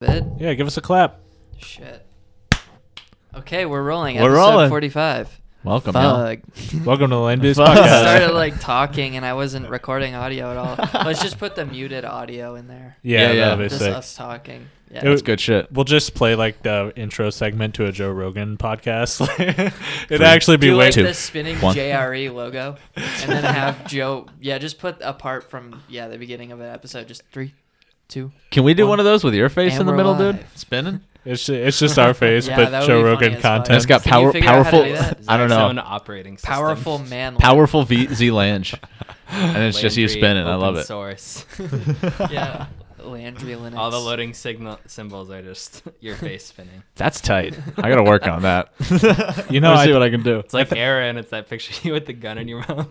Bit. Yeah, give us a clap. Shit. Okay, we're rolling. We're Episode rolling. 45. Welcome, y'all. Fuck. Welcome to the Land Biz Fuck. I Podcast. started like talking and I wasn't recording audio at all. Let's just put the muted audio in there. Yeah, Yeah, yeah. that'll be It's Just sick. us talking. Yeah. It was- That's good shit. We'll just play like the intro segment to a Joe Rogan podcast. It'd actually be Do way like two, the spinning one. JRE logo and then have Joe. Yeah, just put apart from, yeah, the beginning of an episode. Just three, two. Can we do One. one of those with your face And in the we're middle, dude? live. Spinning. It's just, it's just our face, Yeah, that but would Joe be funny Rogan as fuck. content. And it's got Can you power, figure out how to powerful. do that? I don't Zach's own know. operating system. Powerful man. Powerful v- Z Lange, and it's just you Landry, spinning. I open love it. Source. Yeah. Landry Linux. All the loading signal symbols are just your face spinning. That's tight. I gotta work on that. You know, Let me I- see what I can do. It's like Era, and it's that picture of you with the gun in your mouth.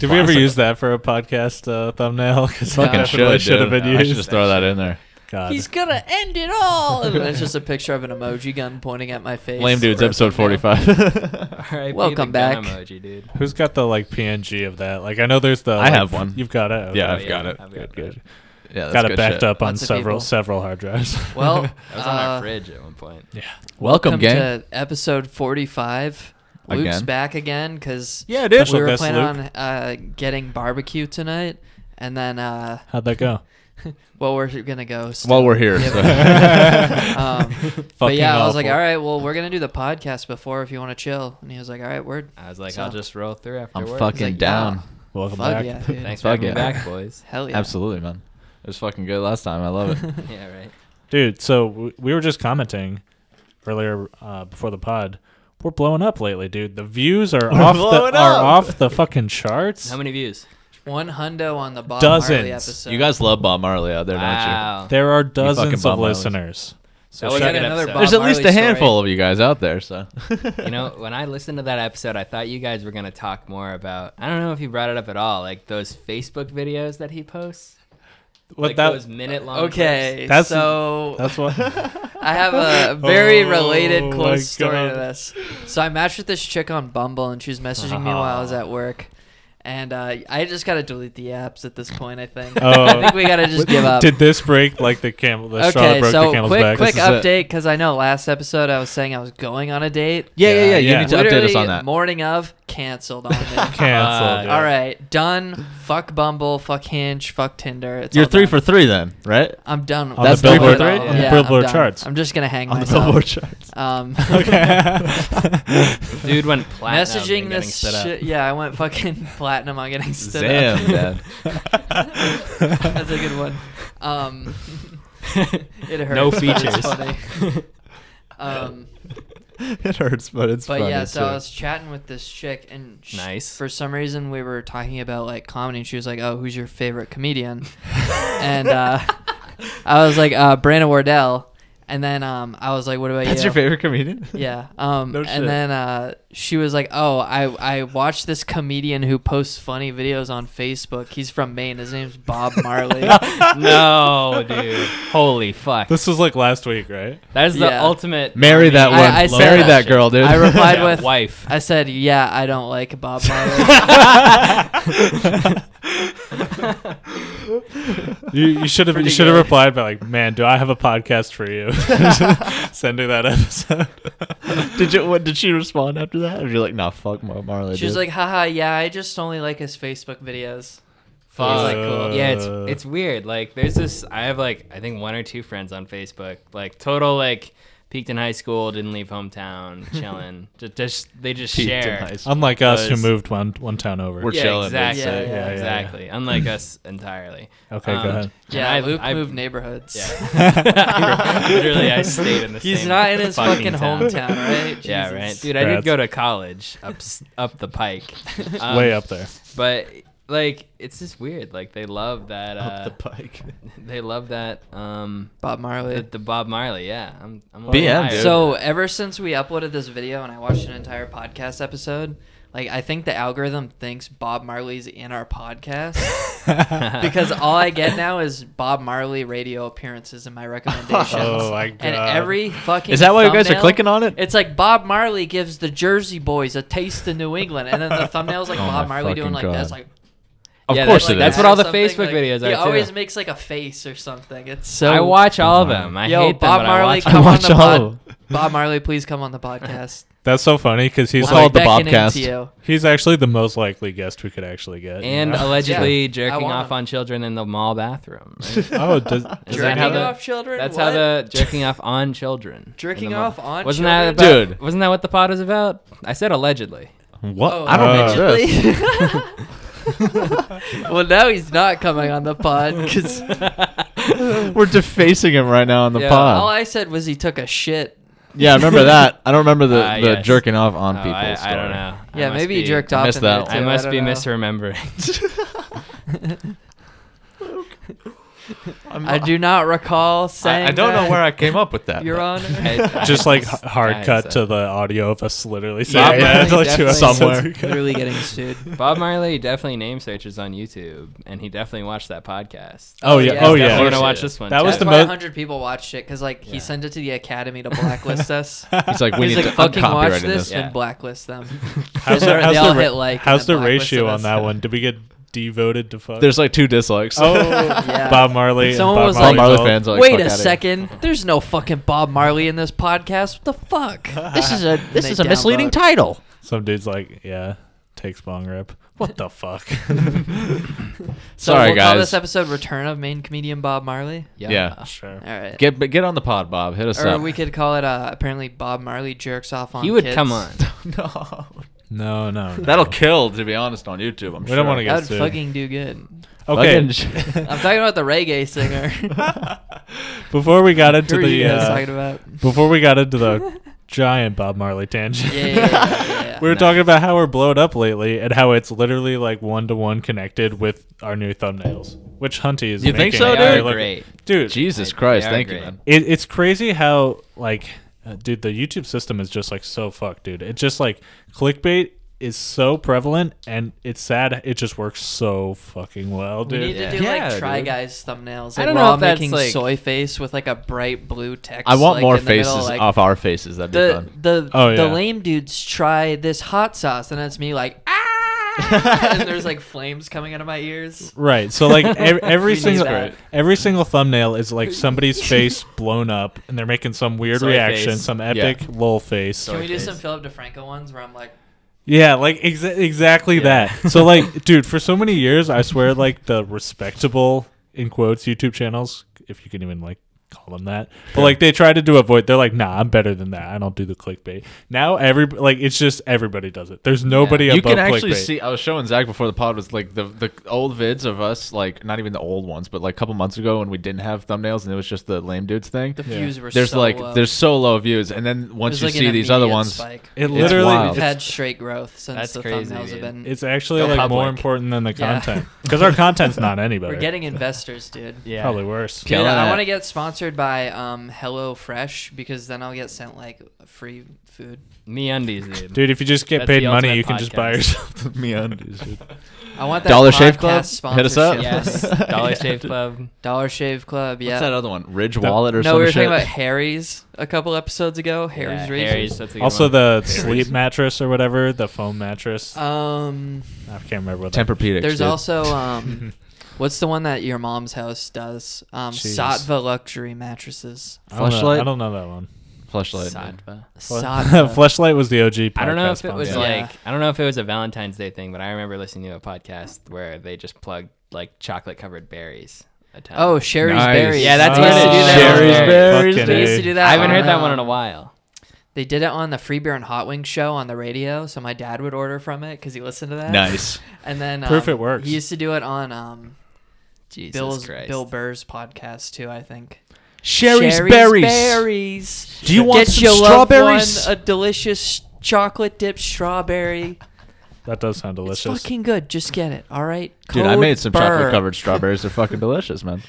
Did we ever use that for a podcast uh, thumbnail? Because Fucking definitely should, should have dude. been I used. should just throw that in there. God. He's gonna end it all. And it's just a picture of an emoji gun pointing at my face. Lame dudes, For a episode thumbnail. forty-five. R.I.P. Welcome the gun back. emoji, dude. Who's got the like PNG of that? Like I know there's the. I like, have one. You've got it. Yeah, okay. I've got it. I've Good, that. good. yeah, that's got it good backed shit. up on Lots of several people. several hard drives. Well, That was on uh, our fridge at one point. yeah. Welcome, welcome gang. to episode 45. Luke's Again. back again because Yeah, dude. we Special were guest planning Luke. on uh, getting barbecue tonight, and then uh, How'd that go? well, we're gonna go. Still. While we're here, Yeah, so. but- um, but Fucking yeah, I was like, awful. all right, well, we're gonna do the podcast before if you want to chill, and he was like, all right, word. I was like, So- I'll just roll through after I'm work. fucking like, down. Welcome Fuck back. yeah, dude. Thanks Fuck for having me yeah. back, boys. Hell yeah. Absolutely, man. It was fucking good last time. I love it. yeah, right. Dude, so w- we were just commenting earlier uh, before the pod. We're blowing up lately, dude. The views are off blowing the are up. off the fucking charts. How many views? One hundo on the Bob Dozens. Marley episode. you guys love Bob Marley out there, don't you? Wow. There are fucking dozens of bum hours. listeners. So That was check a it good out. episode. Bob There's at least Marley a story. handful of you guys out there, so you know, when I listened to that episode, I thought you guys were gonna talk more about. I don't know if you brought it up at all, like those Facebook videos that he posts, What like that- those minute long. Okay, That's- so that's what I have a very Oh related my close story to God. this. So I matched with this chick on Bumble, and she was messaging me while I Uh-huh. was at work. And uh, I just gotta delete the apps at this point. I think. I Oh. think we gotta just give up. Did this break like the camel the straw that okay, broke the so camel's quick, back? quick This is it. update because I know last episode I was saying I was going on a date. yeah, yeah, yeah. You Yeah. need to update us Literally, on that. Morning of canceled on me. Canceled. Uh, dude. all right, done. Fuck Bumble. Fuck Hinge. Fuck Tinder. It's You're all three done. for three, then, right? I'm done. On That's the three for billboard, three? on the Yeah, billboard I'm done. charts. I'm just gonna hang On the myself. Billboard charts. Um, okay. Dude went platinum. messaging and getting this stood up. shit. Yeah, I went fucking platinum on getting stood Damn, up. dad. That's a good one. Um, it hurt. No That's features. funny. Um, it hurts, but it's but funny yeah, so too. I was chatting with this chick, and sh- Nice. For some reason, we were talking about like comedy, and she was like, "Oh, who's your favorite comedian?" and uh, I was like, uh, "Brandon Wardell." And then um, I was like, "What about you?" That's your favorite comedian? Yeah. Um, No and shit. then uh, she was like, "Oh, I I watched this comedian who posts funny videos on Facebook. He's from Maine. His name's Bob Marley." no, dude. Holy fuck. This was like last week, right? That is the Yeah. ultimate. Marry that I- one. I said Marry that that shit. girl, dude. I replied with, wife. "I said, yeah, I don't like Bob Marley." You, you should have you Pretty should have good. replied by like, man, do I have a podcast for you? Send her that episode. did you? What did she respond after that? Or you're like, nah, fuck Mar- Marley. she was dude." like, "Haha, yeah, I just only like his Facebook videos." Fuck. like, cool. Yeah, it's Uh. it's weird. Like, there's this. I have like I think one or two friends on Facebook. Like total like peaked in high school, didn't leave hometown, chilling. just, just they just Peaked in share. high school. Unlike us, who Because- moved one one town over. We're yeah, chilling, they'd exactly. say. Yeah, yeah, yeah. exactly. Unlike us entirely. Um, Okay, go ahead. Yeah, and Luke I've- moved neighborhoods. Yeah. Literally, I stayed in the He's same not in his fucking town. hometown, right? Yeah, Jesus. right. Dude, I Congrats. did go to college up s- up the pike. Um, Way up there. But like it's just weird. Like they love that up uh the pike. they love that um Bob Marley. the, the Bob Marley, yeah. I'm I'm a BM, little dude. tired. So ever since we uploaded this video and I watched an entire podcast episode, like I think the algorithm thinks Bob Marley's in our podcast because all I get now is Bob Marley radio appearances in my recommendations. Oh my god. And every fucking Is that why you guys are thumbnail- clicking on it? It's like Bob Marley gives the Jersey Boys a taste of New England, and then the thumbnail's like Oh Bob my Marley doing fucking like this, God. like Of Yeah, course that's- it that's is. that what all or the something, Facebook like, videos He are, too. always makes like a face or something. It's so I watch all of Wow. them. I Yo, hate Bob them, but Marley, I watch come them. on watch the all of pod. 'em. Bob Marley, please come on the podcast. That's so funny because he's It's We're like called the beckoning Bobcast. to you. he's actually the most likely guest we could actually get. you And know? allegedly I jerking want off them. on children in the mall bathroom. right? oh, does, does Is that Jerking how have the- off children. That's what? how the jerking off on children. Jerking in the mall- off on wasn't That children? about, Dude. Wasn't that what the pod was about? I said allegedly. What? Oh, I don't know allegedly. this. well, now he's not coming on the pod because We're defacing him right now on the Yeah, all pod. I said was he took a shit. yeah, I remember that. I don't remember the, Uh, Ah, the yes. jerking off on Oh, people. I, I story. don't know. I Yeah, must maybe be, he jerked I off. missed in there, that. too, I must don't be know. misremembering. I'm- I do not recall I, saying. I don't know that, where I came up with that. Your but- Honor. I- just like h- Guys, hard cut uh, to the audio of us literally saying Yeah, that yeah, like two definitely. episodes Somewhere. ago. Literally getting sued. Bob Marley definitely name searches on YouTube, and he definitely watched that podcast. Oh yeah, Yeah, oh definitely yeah. I'm course gonna he watch did. this one. That was That's too. the why most- hundred people watched it because like he Yeah. sent it to the academy to blacklist us. He's like, we He's need like, to fucking watch uncopyrighted this this. Yeah. and blacklist them. How's They the, all- how's they the all ra- hit like. and how's then the blacklisted ratio on us. that one? Did we get devoted to fuck? There's like two dislikes. oh, Yeah. Bob Marley. and Someone Bob was Bob like- Marley Felt. fans are like, Wait "Fuck a outta here." second. There's no fucking Bob Marley in this podcast. What the fuck? This is a this is a misleading title. Some dude's like, yeah, takes bong rip. What the fuck? So Sorry, we'll call guys. this episode "Return of Main Comedian Bob Marley." Yeah. sure. All right. Get but get on the pod, Bob. Hit us or up. we could call it uh, apparently Bob Marley jerks off on. He would kids. come on. no, No, no. no. that'll kill. To be honest, on YouTube, I'm We sure. don't wanna get- That would Yes, dude. fucking do good. Okay. Fucking- I'm talking about the reggae singer. Before we got into Who are the you guys uh, talking about? before we got into the giant Bob Marley tangent. Yeah, yeah, yeah, yeah, yeah. We were talking about how we're blown up lately and how it's literally like one to one connected with our new thumbnails, which Hunty is. You think making. so, They They're are dude? look- great. dude? Jesus They- Christ! they are Thank you, great. man. It, it's crazy how like, uh, dude, the YouTube system is just like so fucked, dude. It's just like clickbait is so prevalent, and it's sad. It just works so fucking well, We dude. need Yeah. to do like Yeah, Try dude. Guys thumbnails. I Like, don't we're know all if that's, making like- soy face with like a bright blue text. I want like, more in the middle, faces like, off our faces. That'd be the fun. the Oh, the yeah. lame dudes try this hot sauce, and it's me like ah, and there's like flames coming out of my ears. Right. So like every, every We need single that. every single thumbnail is like somebody's face blown up, and they're making some weird Soy reaction, face. some epic lol face. Can we do face. some Philip DeFranco ones where I'm like, Yeah, like exa- exactly Yeah. that. So like, dude, for so many years, I swear, like the respectable in quotes YouTube channels, if you can even like call them that, but like they try to do avoid. They're like, nah, I'm better than that. I don't do the clickbait. Now every like it's just everybody does it. There's nobody you above can actually clickbait. see. I was showing Zach before the pod was like the the old vids of us, like not even the old ones, but like a couple months ago when we didn't have thumbnails and it was just the lame dudes thing. the views were there's so like low. there's so low views, and then once There's, you like, an see these other immediate ones, spike. it It's literally wild. we've had straight growth since That's the crazy, thumbnails have dude. been. it's actually Go like more public. important than the Mm. Yeah. content because our content's not any better. we're getting investors, dude. Yeah. probably worse. Dude, Killing I it. want to get sponsored by um, Hello Fresh because then I'll get sent like free food. Me undies, dude. Dude, if you just get That's paid the money, ultimate you can just buy podcast. yourself. I want that Dollar Shave podcast Club? sponsorship. Hit us up. Yes. Dollar Shave Club. Dollar Shave Club. Yeah. what's that other one? Ridge The- Wallet or no, some we were shit. talking about Harry's a couple episodes ago. Harry's Yeah, razors. Harry's, that's a good Also, one. the Harry's. sleep mattress or whatever, the foam mattress. Um, I can't remember what that Tempur-Pedic. there's dude. also um, what's the one that your mom's house does? Um, Jeez. Sattva luxury mattresses. I don't know- Fleshlight? I don't know that one. flashlight. Sattva. Sattva. Fleshlight was the OG. I don't know if podcast it was sponsor. Yeah. like I don't know if it was a Valentine's Day thing, but I remember listening to a podcast where they just plugged like chocolate covered berries. a ton. Oh, Sherry's Nice. berries. Yeah, that's what They used to it do is. that on- Sherry's Fucking berries, A. They used to do that. I haven't on, heard that one um, in a while. They did it on the Free Beer and Hot Wings show on the radio, so my dad would order from it because he listened to that. Nice. And then um, Proof it works. He used to do it on um, Jesus Bill's Christ. Bill Burr's podcast too. I think. Sherry's, berries. Do you want Get some your loved strawberries? One, a delicious chocolate dipped strawberry. That does sound It's delicious. fucking good. Just get it. All right. Dude, I Code made some Burr. chocolate covered strawberries. They're fucking delicious, man.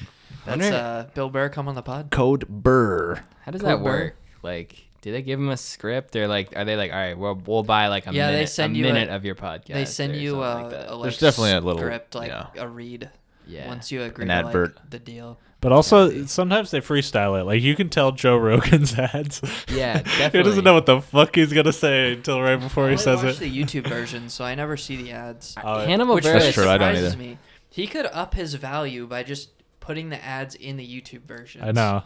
That's uh, Bill Burr come on the pod. Code Burr. How does Cold that burn. work? Like, do they give them a script or like are they like, all right, we'll we'll buy like a Yeah, they minute, send a you a- minute of your podcast. they send or you something a, like that. a like, There's definitely a little- script, like yeah. a read. yeah. Once you agree An to like, advert. the deal. but also, sometimes they freestyle it. Like you can tell Joe Rogan's ads. yeah, definitely. he doesn't know what the fuck he's gonna say until right before I he only says watch it. the YouTube version, so I never see the ads. Oh, yeah. Hannibal which Buress. That's true, I don't surprises either. me He could up his value by just putting the ads in the YouTube version. I know.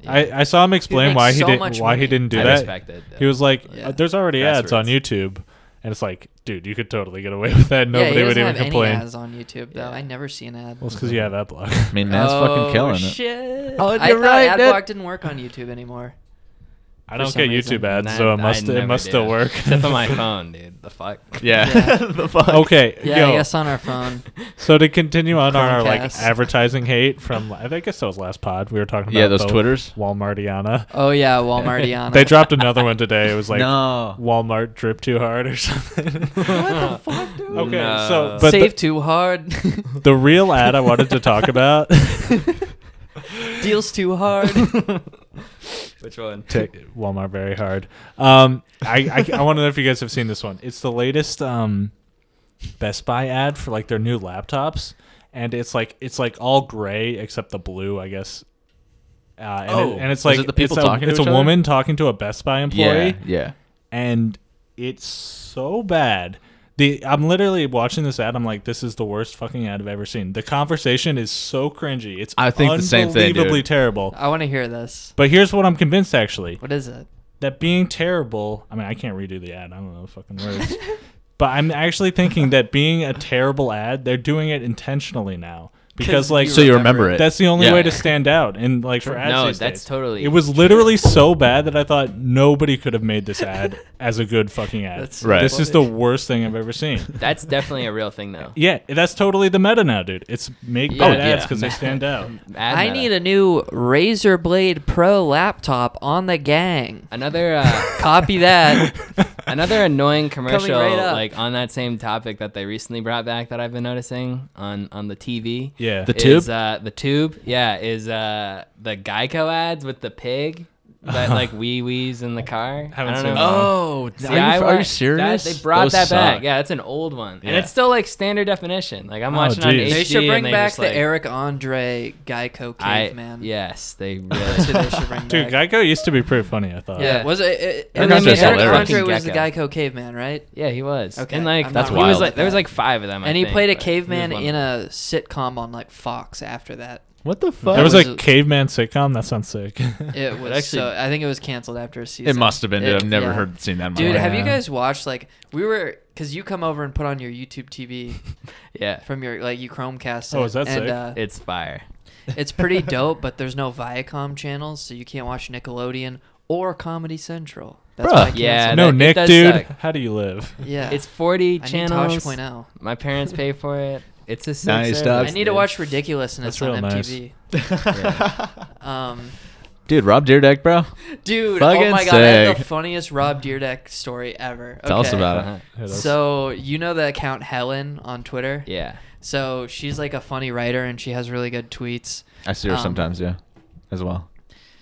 Yeah. I, I saw him explain makes why he so didn't much why he money. didn't do I that. respect it. He was like, Yeah. "There's already ads on Grassroots. YouTube," and it's like, dude, you could totally get away with that. Nobody yeah, he would doesn't even have complain. any ads on YouTube though. Yeah. Oh, I never see an ad. Well, it's because you have that block. I mean, man's fucking killing it. shit. Oh, I you're thought right, ad dude. block didn't work on YouTube anymore. I For don't some get reason. YouTube ads, Nah, so it I must it never must did. still work. Except on my phone, dude. The fuck. Yeah. Yeah. the fuck. okay, Yeah, yo. I guess on our phone. So to continue on our like Chromecast. advertising hate from, I guess that was last pod we were talking about. Yeah, those the Twitters. Walmartiana. Oh yeah, Walmartiana. They dropped another one today. It was like no. Walmart drip too hard or something. What the fuck, dude? Okay, No. so but Save the, too hard. the real ad I wanted to talk about. Deals too hard. Which one? take Walmart very hard. Um, I I, I want to know if you guys have seen this one. It's the latest um, Best Buy ad for like their new laptops, and it's like it's like all gray except the blue, I guess. Uh, and, Oh, it, and it's is like it the people it's a, talking to it's a each other? woman talking to a Best Buy employee, Yeah. Yeah. and it's so bad. The I'm literally watching this ad. I'm like, this is the worst fucking ad I've ever seen. The conversation is so cringy. It's I think the same thing, dude. unbelievably terrible. I want to hear this. But here's what I'm convinced actually What is it? that being terrible i mean i can't redo the ad i don't know the fucking words but i'm actually thinking that being a terrible ad they're doing it intentionally now because 'Cause like you So you remember remember it. that's the only Yeah. way to stand out and like for ads No, these that's days. totally. it was literally so bad that i thought nobody could have made this ad as a good fucking ad That's Right. this is the worst thing i've ever seen That's definitely a real thing though. yeah that's totally the meta now dude it's make Yeah. bad Oh, ads yeah. because they stand out Ad I meta. need a new Razor Blade Pro laptop on the gang. another uh, Copy that. another annoying commercial right up. like on that same topic that they recently brought back that I've been noticing on on the TV. yeah The- is, tube? uh, the tube, yeah, is uh, the Geico ads with the pig that like wee wees in the car. Haven't I don't seen know. that. Oh, See, are, you, I are wa- you serious? that- they brought Those that back. suck. Yeah, it's an old one, and Yeah. it's still like standard definition. Like I'm Oh, watching on geez. HD. they should bring and they back just, the like, Eric Andre Geico I, caveman. Yes, they That's really. who they should bring dude back. geico used to be pretty funny i thought Yeah, Oh, Yeah. was it? it, Eric it I mean, Andre's Eric hilarious. Andre was the Fucking gecko. Geico caveman, right? yeah, he was. Okay, and like I'm That's he wild. was like there was like five of them, I and he think, played a but he was caveman one of in them. a sitcom on like Fox. After that, What the fuck? there was, was a a- caveman sitcom that sounds sick it was actually- so. I think it was canceled after a season. it must have been. Dude. It- I've never yeah. heard seen that. In my Dude, life. have you Yeah. guys watched like we were? Cause you come over and put on your YouTube TV yeah. from your like you Chromecast. Oh, it, is that and, sick? Uh, It's fire. it's pretty dope, but there's no Viacom channels, so you can't watch Nickelodeon or Comedy Central. That's Bruh. why I canceled. Yeah, no that- it nick does dude suck. how do you live yeah. It's 40 I need channels. Tosh point out. My parents pay for it. It's a sick Nice, service, dog. I need to dude. watch Ridiculousness That's real on nice. MTV. Um, Dude, Rob Deerdeck, bro. dude, oh Fucking my god, I had the sick. funniest Rob Deerdeck story ever. Tell us Okay. about Uh-huh. Yeah, that's- So you know the account Helen on Twitter? Yeah. So she's like a funny writer and she has really good tweets. I see her Um, sometimes, yeah, as well.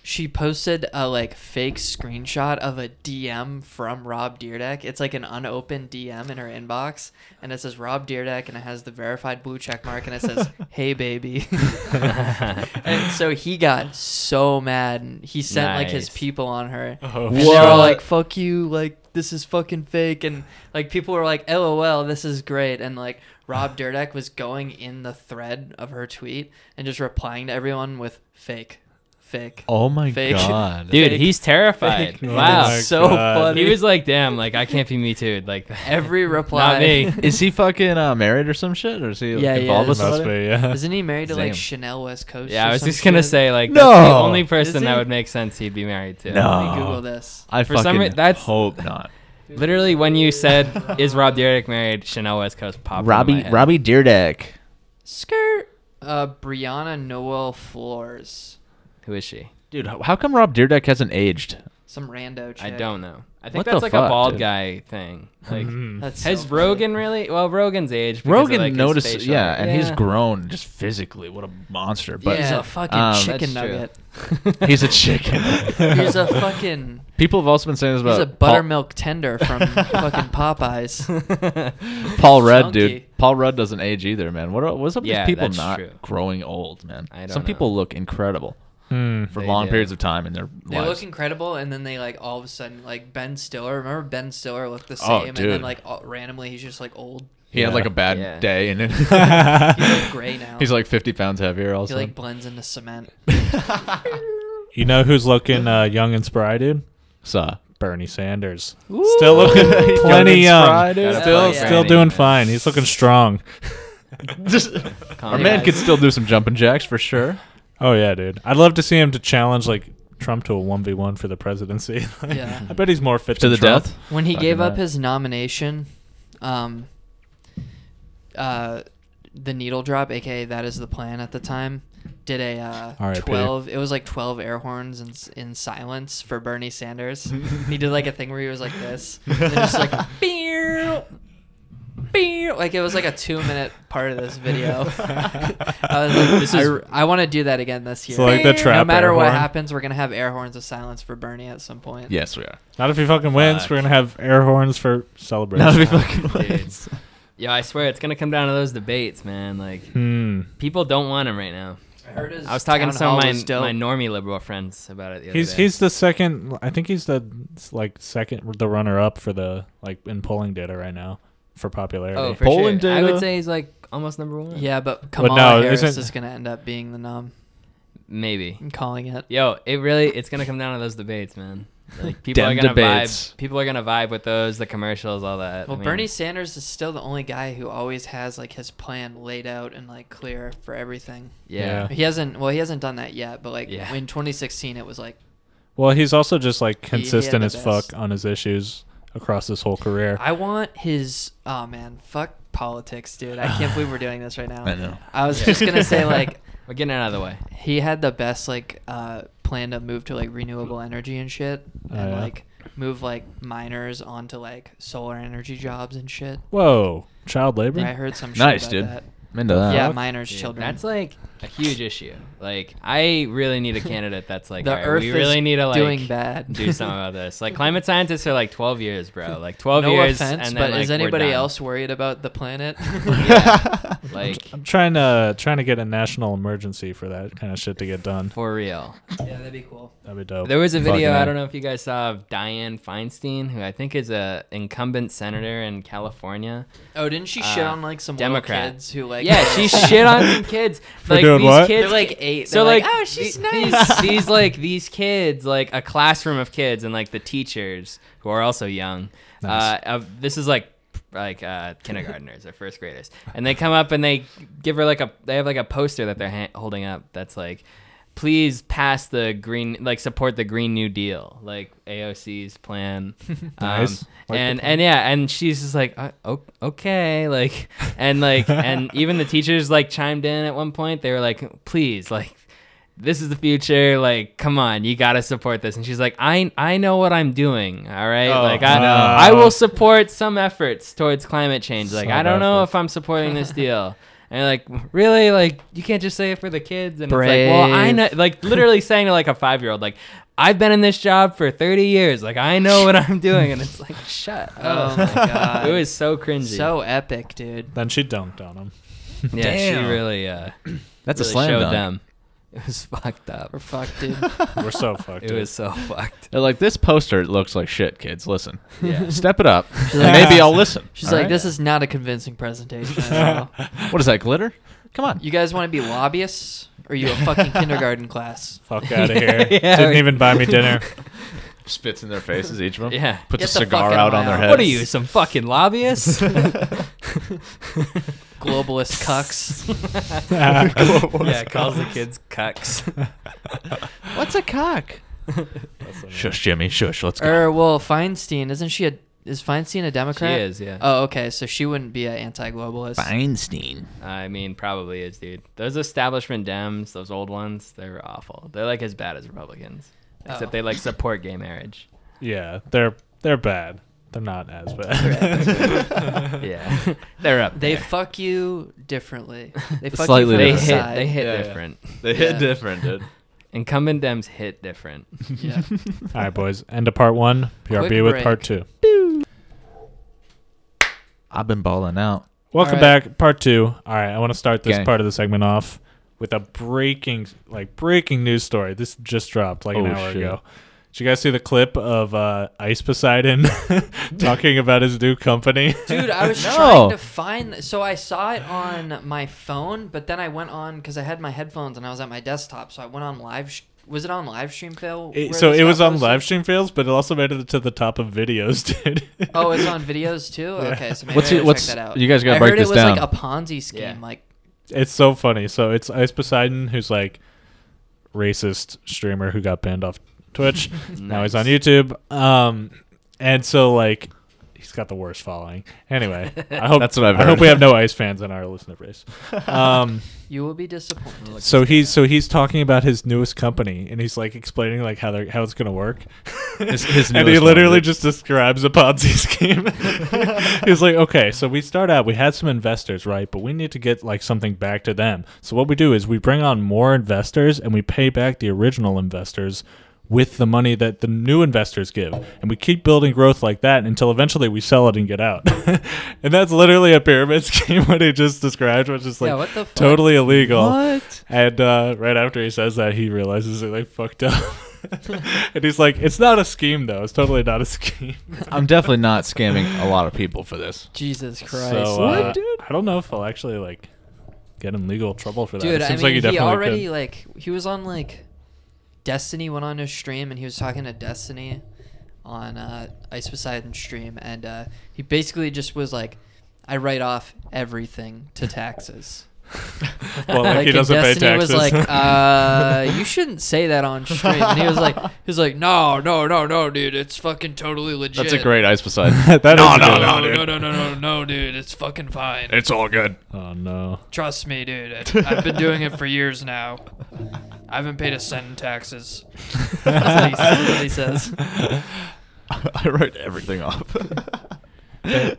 She posted a like fake screenshot of a DM from Rob Deerdeck. It's like an unopened DM in her inbox, and it says Rob Deerdeck, and it has the verified blue check mark, and it says "Hey baby." and so he got so mad, and he sent like his Nice. people on her, Oh, and they were What? like, "Fuck you!" Like this is fucking fake, and like people were like, "LOL, this is great," and like Rob Dyrdek was going in the thread of her tweet and just replying to everyone with "fake, fake." Oh my Fake. god, Dude, Fake- he's terrified. fake. Wow. It's so God. funny. He was like, damn, like, I can't be Me Too. Like, Every reply. Not me. is he fucking uh, married or some shit, or is he like, Yeah, he involved with is. must somebody? be yeah. Isn't he married to like Damn. Chanel West Coast? yeah, or I was some just going to Oh, shit? say, like, No. that's the only Is person he? that would make sense he'd be married to. No. Let me Google Oh. this. I For some fucking re- that's- hope not. Literally, when you said, is Rob Dyrdek married, Chanel West Coast popped in my head. Deerdeck. Skirt. Uh, Brianna Noel Floors. Who is she? Dude, h- how come Rob Deerdeck hasn't aged? Some rando I chick. don't know. I think What the that's like a fuck, bald dude? guy thing. Like, Mhm. That's has Mm-hmm. so funny. Rogan really? Well, Rogan's age. because of, Rogan like, his noticed, facial- yeah, and he's Yeah. grown just physically. What a monster! But He's a fucking um, chicken that's true. nugget. He's a chicken. He's a fucking. People have also been saying this about He's a Paul- buttermilk tender from fucking Popeyes. Paul, Chunky. Rudd, dude. Paul Rudd doesn't age either, man. What are, what's up Yeah, with people that's not true. growing old, man? I don't Some know. people look incredible Hmm. for They long do. periods of time in their They lives. look incredible, and then they like all of a sudden like Ben Stiller. Remember Ben Stiller looked the same, Oh, and dude. then like all, randomly he's just like old. He had like Yeah. a bad Yeah. day, and then He's like gray now. he's like 50 pounds heavier. he Also, like blends into cement. You know who's looking uh, young and spry, dude? saw. Bernie Sanders. Still looking plenty young. spry, dude. Still, Gotta play still Bernie. doing fine. He's looking strong. Our Calm man down. could still do some jumping jacks for sure. Oh yeah, dude. I'd love to see him to challenge like Trump to a one v one for the presidency. Like, Yeah. I bet he's more fit To than the Trump. death. when he Fucking gave up that. his nomination, um, uh, the needle drop, aka that is the plan at the time, did a uh, R.I.P. twelve. It was like twelve air horns in, s- in silence for Bernie Sanders. he did like a thing where he was like this, and then just like beer. Like it was like a two-minute part of this video. I was like, "This is I- I, want to do that again this year." So, like, the no trap matter air what horn? happens, we're gonna have air horns of silence for Bernie at some point. Yes, we are. Not if he fucking wins. Fuck. We're gonna have air horns for celebration. Not if he fucking Dude. wins. Yeah, I swear it's gonna come down to those debates, man. Like Hmm. people don't want him right now. I heard his I was talking town to some hall of my, was dope. my normie liberal friends about it. The other He's day. he's the second. I think he's the like second the runner up for the like in polling data right now for popularity. oh for Poland sure. I data. would say he's like almost number one. Yeah, but But Kamala no, Harris isn't- is going to end up being the nom. maybe. I'm calling it. Yo, it really it's gonna come down to those debates, man. Like people Dem are gonna debates. vibe. People are gonna vibe with those, the commercials, all that. Well, I mean, Bernie Sanders is still the only guy who always has like his plan laid out and like clear for everything. Yeah. He hasn't. Well, he hasn't done that yet, but like Yeah. in 2016, it was like Well, he's also just like had consistent the as best. fuck on his issues across his whole career. I want his. Oh man, fuck politics, dude. I can't believe we're doing this right now. I know. I was just gonna say like We're getting it out of the way. he had the best like uh plan to move to like renewable energy and shit, Oh, and yeah? like move like miners onto like solar energy jobs and shit. Whoa, child labor. I heard some shit Nice, about dude. that. I'm into Uh-huh. that. yeah, fuck? minors, Dude, children. That's like a huge issue. Like I really need a candidate that's like The "All right, Earth we is really need to like doing bad." do something about this. Like climate scientists are like 12 years, bro. Like 12 no years offense, and then but like, is we're anybody done. else worried about the planet? Yeah. like I'm trying to trying to get a national emergency for that kind of shit to get done. for real. yeah, that'd be cool. That'd be dope. There was a Fucking video, I A. don't know if you guys saw, of Dianne Feinstein, who I think is a incumbent senator in California. Oh, didn't she Uh, shit on like some Democrat. little kids who like? Yeah, she shit on some kids. For like doing these what? kids They're like eight. So like, oh, she's the- nice. These, these, like these kids, like a classroom of kids, and like the teachers who are also young. Nice. Uh, of, this is like like uh, kindergartners or first graders, and they come up and they give her like a they have like a poster that they're ha- holding up that's like. Please pass the green, like support the Green New Deal, like AOC's plan. Um, Nice. Like the and plan. and yeah, and she's just like, uh, o- okay, like, and like, and even the teachers like chimed in at one point. They were like, please, like, this is the future. Like, come on, you gotta support this. And she's like, I I know what I'm doing. All right, Oh, like I no. I will support some efforts towards climate change. Like, Some I don't know efforts. if I'm supporting this deal. And like, really, like, you can't just say it for the kids. And it's like, well, I Brave. know, like, literally saying to like a five year old, like. I've been in this job for 30 years. Like I know what I'm doing, and it's like, shut oh up. my god, It was so cringy. so epic, dude. Then she dunked on him. yeah, Damn. she really uh, That's really a slam showed dunk. them. It was fucked up. We're fucked, dude. We're so fucked. It dude. was so fucked. They're like, this poster looks like shit, kids. Listen, Yeah. step it up. and like- maybe I'll listen. She's All like, right? this is not a convincing presentation. At all. What is that glitter? Come on. You guys want to be lobbyists? Or are you a fucking kindergarten class? Fuck out of here. Yeah, Didn't we- even buy me dinner. Spits in their faces, each of them. Yeah. Puts Get a the cigar fucking out hell on their out. head. What are you, some fucking lobbyist? Globalist cucks. yeah, calls the kids cucks. What's a cock? Shush, Jimmy. Shush. Let's go. Or Er, well, Feinstein isn't she a is Feinstein a she Democrat? is, yeah. Oh, okay. So she wouldn't be an anti-globalist. Feinstein. I mean, probably is, dude. Those establishment Dems, those old ones, they're awful. They're like as bad as Republicans, except Oh. they like support gay marriage. Yeah, they're they're bad. They're not as bad. Yeah, they're up. They there. fuck you differently. They fuck Slightly you they from hit the different. side. they hit Yeah, yeah. different. They hit Yeah. different, dude. Incumbent Dems hit different. Yeah. All right, boys. End of part one. PRB Quick with break. part two. I've been balling out. Welcome All right. back, part two. All right, I want to start this Okay. part of the segment off with a breaking, like breaking news story. This just dropped like an Oh, hour shit. ago. Did you guys see the clip of uh, Ice Poseidon talking about his new company? Dude, I was No. trying to find. So I saw it on my phone, but then I went on because I had my headphones and I was at my desktop. So I went on live. Sh- was it on live stream, Phil? It- where so this it got was on posted? live stream fails, but it also made it to the top of videos, dude. Oh, it's on videos too. Okay, so maybe What's I it- gotta what's- check that out. you guys gotta I break heard this it was down. like a Ponzi scheme. Yeah. Like It's so funny. So it's Ice Poseidon, who's like racist streamer who got banned off Twitch. Now he's on YouTube. Um, and so like he's got the worst following. Anyway, I hope That's what I've I hope heard. we have no Ice fans in our listener base. Um, you will be disappointed. so he's so he's talking about his newest company and he's like explaining like how they're how it's gonna work. His- his and he newest one, literally yeah. just describes a Ponzi scheme. he's like, okay, so we start out, we had some investors, right? But we need to get like something back to them. So what we do is we bring on more investors and we pay back the original investors with the money that the new investors give. And we keep building growth like that until eventually we sell it and get out. and that's literally a pyramid scheme what he just described, which is like yeah, what the fuck? totally illegal. What? And uh, right after he says that, he realizes that they fucked up. and he's like, "It's not a scheme, though. It's totally not a scheme." I'm definitely not scamming a lot of people for this. Jesus Christ. So, What? uh, I don't know if I'll actually like get in legal trouble for that. Dude, uh, it I mean, seems like he he definitely already could. like he was on like Destiny went on his stream and he was talking to Destiny on uh, Ice Poseidon's stream and uh, he basically just was like, I write off everything to taxes. well, like, he and doesn't pay Destiny taxes. was like, uh, you shouldn't say that on stream. And he was like, he was like, no, no, no, no, dude, it's fucking totally legit. That's a great ice Poseidon. That no, is no, good. no, No, one, dude. no, no, no, no, no, dude, it's fucking fine. It's all good. oh no. Trust me, dude. I- I've been doing it for years now. I haven't paid a cent in taxes. That's what he, that's what he says. I wrote everything off. like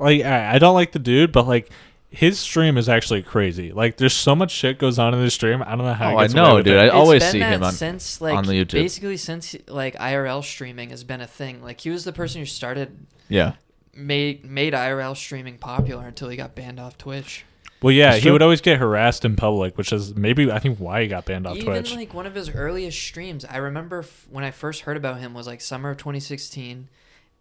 I, I don't like the dude, but like his stream is actually crazy. Like there's so much shit goes on in his stream. I don't know how. Oh, he I gets know, away with dude. it. I- It's always been see that him on- since like on the YouTube. basically since like IRL streaming has been a thing. Like he was the person who started yeah. made made IRL streaming popular until he got banned off Twitch. Well, yeah, That's he true. would always get harassed in public, which is maybe I think why he got banned off Even Twitch. like one of his earliest streams, I remember f- when I first heard about him was like summer of 2016,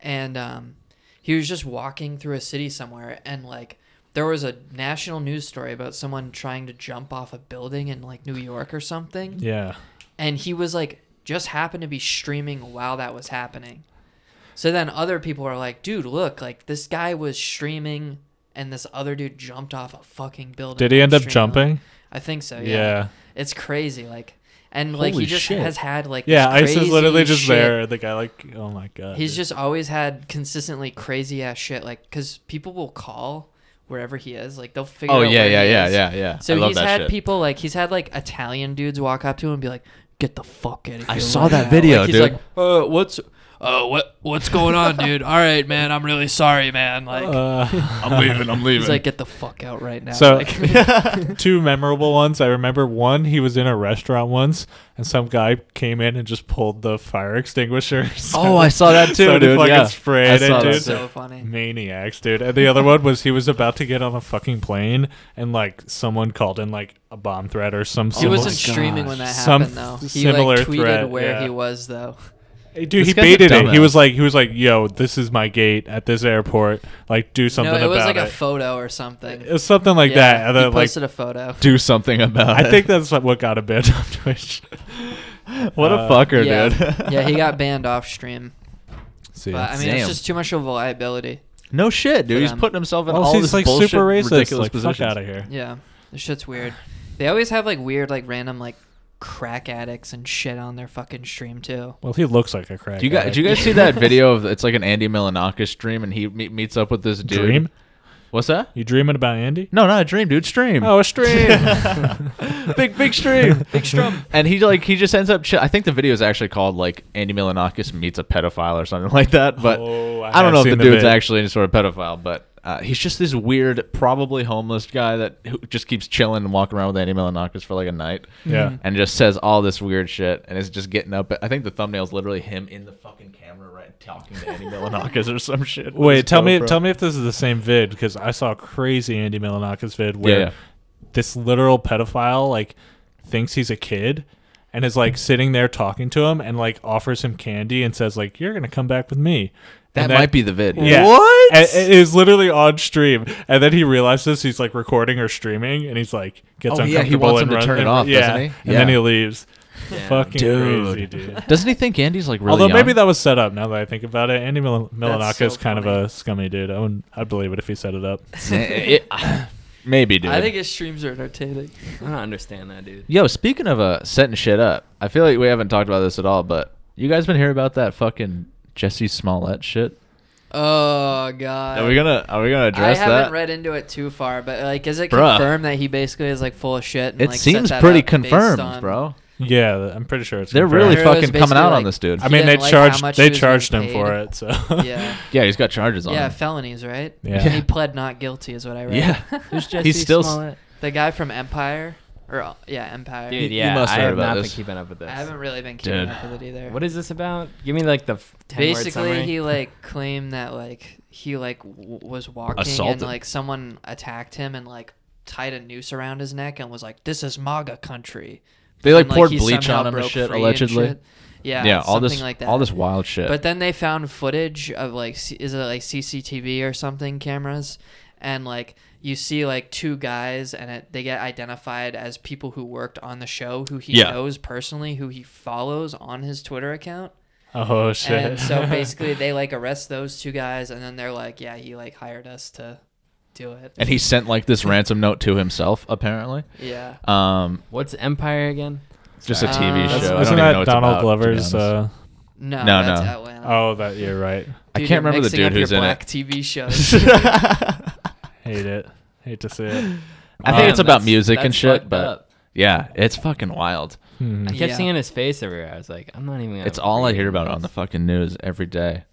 and um, he was just walking through a city somewhere, and like there was a national news story about someone trying to jump off a building in like New York or something, yeah. and he was like just happened to be streaming while that was happening. So then other people are like, "Dude, look! Like this guy was streaming." And this other dude jumped off a fucking building. Did he while end up streaming. jumping? I think so. yeah. Yeah. It's crazy, like, and like Holy he just shit. has had like Yeah, this Ice is crazy literally just shit. there. The guy, like, oh my god. He's dude. just always had consistently crazy ass shit, like, because people will call wherever he is, like they'll figure. Oh out yeah, where yeah, he yeah, is. yeah, yeah. I So love he's that had shit. people like he's had like Italian dudes walk up to him and be like, "Get the fuck out of here!" I saw right that now." video, like, he's dude. Like, uh, what's. Uh, what what's going on, dude? All right, man. I'm really sorry, man. Like, Uh, I'm leaving. I'm leaving. he's like, get the fuck out right now. So- Like- two memorable ones. I remember one. He was in a restaurant once, and some guy came in and just pulled the fire extinguisher. So- oh, I saw that too, so he dude. fucking yeah. sprayed I it, saw that dude. too. so funny. maniacs, dude. And the other one was he was about to get on a fucking plane, and like someone called in like a bomb threat or some. He Oh similar- wasn't streaming when that Some happened though. He similar like tweeted threat, where yeah. he was though. Hey, dude, This he guy's a baited it. He dumbass. was like, he was like, "Yo, this is my gate at this airport. Like, do something no, it was about like it." a photo or something. it was something like Yeah, that. And then, he like, posted a photo. Do something about it. I think that's what- what got him banned on Twitch. What a Uh, fucker, yeah. dude. yeah, he got banned off stream. See, But I mean, Damn. it's just too much of a liability. No shit, dude. For He's them. putting himself in Well, all he's this like bullshit, super racist. ridiculous like, positions. fuck out of here. Yeah, this shit's weird. They always have like weird, like random, like crack addicts and shit on their fucking stream too. Well, he looks like a crack. Do you guys, addict. do you guys see that video of it's like an Andy Milanakis stream and he me- meets up with this dude? dream? What's that? You dreaming about Andy? No, not a dream, dude. Stream. Oh, a stream. big big stream, big strum. And he like he just ends up. Chill. I think the video is actually called like Andy Milanakis meets a pedophile or something like that. But Oh, I I, have don't know if seen the the dude's vid. actually any sort of pedophile. But uh, he's just this weird, probably homeless guy that who just keeps chilling and walking around with Andy Milanakis for like a night. Yeah. and just says all this weird shit and is just getting up. I think the thumbnail's literally him in the fucking camera right talking to Andy Milanakis or some shit. with his Wait, tell me, GoPro. tell me if this is the same vid because I saw a crazy Andy Milanakis vid where Yeah. this literal pedophile like thinks he's a kid, and is like sitting there talking to him and like offers him candy and says like you're gonna come back with me. That, And might be the vid. dude. yeah. What? And- and it was literally on stream, and then he realizes he's like recording or streaming, and he's like gets Oh, yeah, he uncomfortable wants and him to runs- turn it and- off, yeah, doesn't he? And then Yeah. he leaves. Damn. Fucking Dude. crazy, dude. Doesn't he think Andy's like really Although maybe young? that was set up. Now that I think about it, Andy Mil- Milanaka so is kind funny. of a scummy dude. I would I'd believe it if he set it up. It- maybe, dude. I think his streams are entertaining. I don't understand that, dude. Yo, speaking of uh, setting shit up, I feel like we haven't talked about this at all, but you guys been hearing about that fucking Jesse Smollett shit? Oh god. Are we gonna Are we gonna address I haven't that? read into it too far, but like, is it Bruh. confirmed that he basically is like full of shit? And, it like, set seems that pretty up based confirmed, on- bro. Yeah, th- I'm pretty sure it's. They're confirmed. really It was fucking coming basically, out on like- this dude. I he mean, they didn't like how charged much they he was charged him getting for paid. it. So Yeah. Yeah, he's got charges on. Yeah, him. felonies, right? Yeah. And he pled not guilty, is what I read. Yeah. Who's He's Jesse still s- Smollett? The guy from Empire, or uh, yeah, Empire. Dude, you yeah, must I heard have about not this. been keeping up with this. I haven't really been keeping Dude. up with it either. What is this about? Give me like the f- ten word Basically, summary. he like claimed that like he like w- was walking and Assaulted. like someone attacked him and like tied a noose around his neck and was like, "This is MAGA country." They, like, And, poured he bleach somehow on him and broke shit, free and allegedly. shit. Yeah, yeah, all this something like that. all this wild shit. But then they found footage of like C- is it like CCTV or something cameras, and like you see like two guys and it, they get identified as people who worked on the show who he Yeah. knows personally who he follows on his Twitter account. oh shit. And so basically they like arrest those two guys and then they're like, yeah, he like hired us to do it. and he sent like this ransom note to himself apparently. Yeah. Um, What's Empire again? just a Uh, TV That's- show. I don't Isn't even know that what it's Donald about, to be Glover's? honest. Uh, No, No, that's no. Atlanta. oh, that you're right. I Dude, can't you're remember the mixing up dude who's your in black it. TV shows. uh, Hate it. Hate to see it. I think Um, it's about Oh, that's- music and that's shit, fucked but up. yeah, it's fucking wild. Hmm. I kept Yeah. seeing his face everywhere. I was like, I'm not even. Gonna It's all I read hear about on the this. fucking news every day.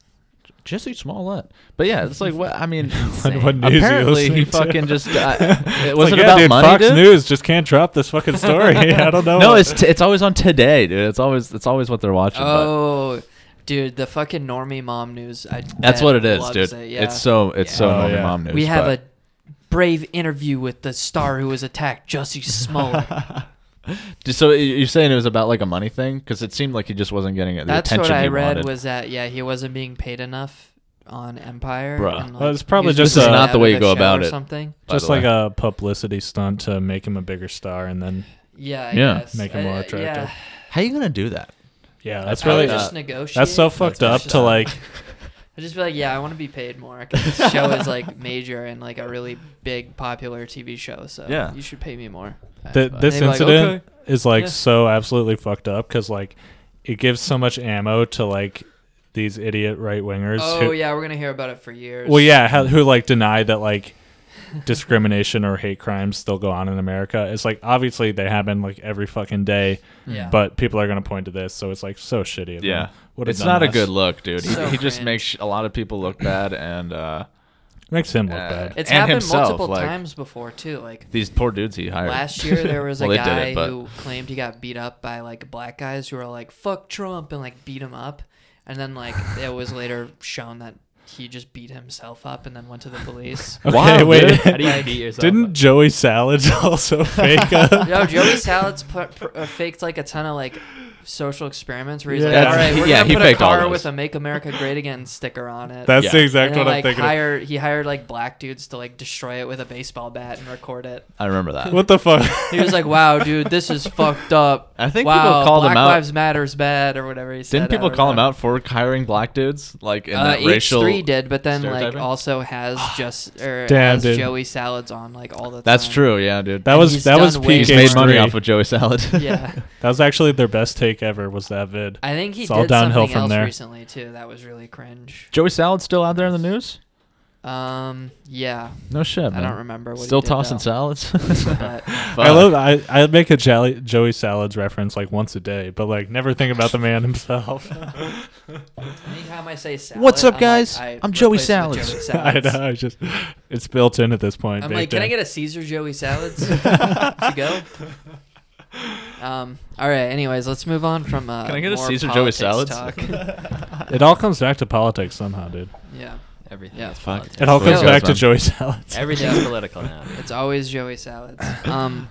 Jesse Smollett. But yeah, it's like what I mean. What- what news are you apparently, he listening to? fucking just. Uh, it It's like, wasn't yeah, about dude, money, Fox dude? News just can't drop this fucking story. I don't know. No, what- it's t- it's always on today, dude. It's always it's always what they're watching. but oh, dude, the fucking normie mom news. I that's bet what it is, loves dude. it, yeah. It's so it's so Yeah. Oh, normal yeah. mom news. We have but- a brave interview with the star who was attacked, Jussie Smollett. Just So y- you're saying it was about like a money thing? Because it seemed like he just wasn't getting the That's attention what I he read wanted. was that yeah, he wasn't being paid enough on Empire. Bruh. and, Well, it's he probably was just missing a- This is not out the way of you go show about or it. Something. by just the like way. a publicity stunt to make him a bigger star, and then Yeah. I Yeah. guess. Make him more Uh, attractive. yeah. How you gonna do that? yeah, That's that's I would really fucked just up. negotiate. that's so fucked up That's to just- like. I'd just be like, yeah, I want to be paid more because this show is like major and like a really big popular TV show. So Yeah. you should pay me more. Th- But this they'd be like, incident is like Yeah. so absolutely fucked up because like it gives so much ammo to like these idiot right wingers. Oh who, yeah, we're gonna hear about it for years. Well, yeah, how, who like deny that like discrimination or hate crimes still go on in America? It's like obviously they happen like every fucking day, Yeah. but people are gonna point to this, so it's like so shitty. Of Yeah, them. Would've it's done not a less. good look, dude. He, So he just cringe. makes a lot of people look bad, and uh, Makes him look Uh, bad. it's and happened himself, multiple like- times before too. Like these poor dudes he hired. Last year, there was a Well, they did guy it, but- who claimed he got beat up by like black guys who were like "fuck Trump" and like beat him up, and then like it was later shown that he just beat himself up and then went to the police. Okay, Wow, wait. How do you Like, beat yourself? Didn't up? Joey Salads also fake a Yo, Joey Salads put, pr- uh, faked like a ton of like social experiments where he's Yeah. like, "All right, That's- we're yeah, he gonna put a faked all car those. with a "Make America Great Again" sticker on it." That's the Yeah. exact and then, what I'm like thinking. of. hire he hired like black dudes to like destroy it with a baseball bat and record it. I remember that. What the fuck? He was like, "Wow, dude, this is fucked up." I think wow, people called Black him out. Lives Matter's bad or whatever he said. Didn't I people don't call him know. out for hiring black dudes? Like in Uh, that H racial. three did, but then like stereotyping? also has just or Damn, has dude. Joey Salads on like all the time. That's true. Yeah, dude. That And was he's that was done peak way he's more. H made money three. off of Joey Salad. Yeah, That was actually their best take ever. Was that vid? I think he It's did all downhill something from else there. recently too. That was really cringe. Joey Salad's still out there in the news? Um, yeah, No shit, I man. don't remember what. he Still did, tossing though. salads. But I love. I I make a jelly, Joey Salads reference like once a day, but like never think about the man himself. anytime I say salad, What's I'm up, like, guys? I I'm Joey replace it with Salads. Joey I Salads. know. It's just it's built in at this point. I'm baked like, can I in." get a Caesar Joey Salads to go? Um. All right. Anyways, let's move on from. Uh, Can I get a more Caesar Joey politics Salads? Talk. It all comes back to politics somehow, dude. yeah. Everything. Yeah, is fuck. politics. It all That's comes what it back goes, to man. Joey Salads. Everything's Yeah. political now. dude. It's always Joey Salads. Um,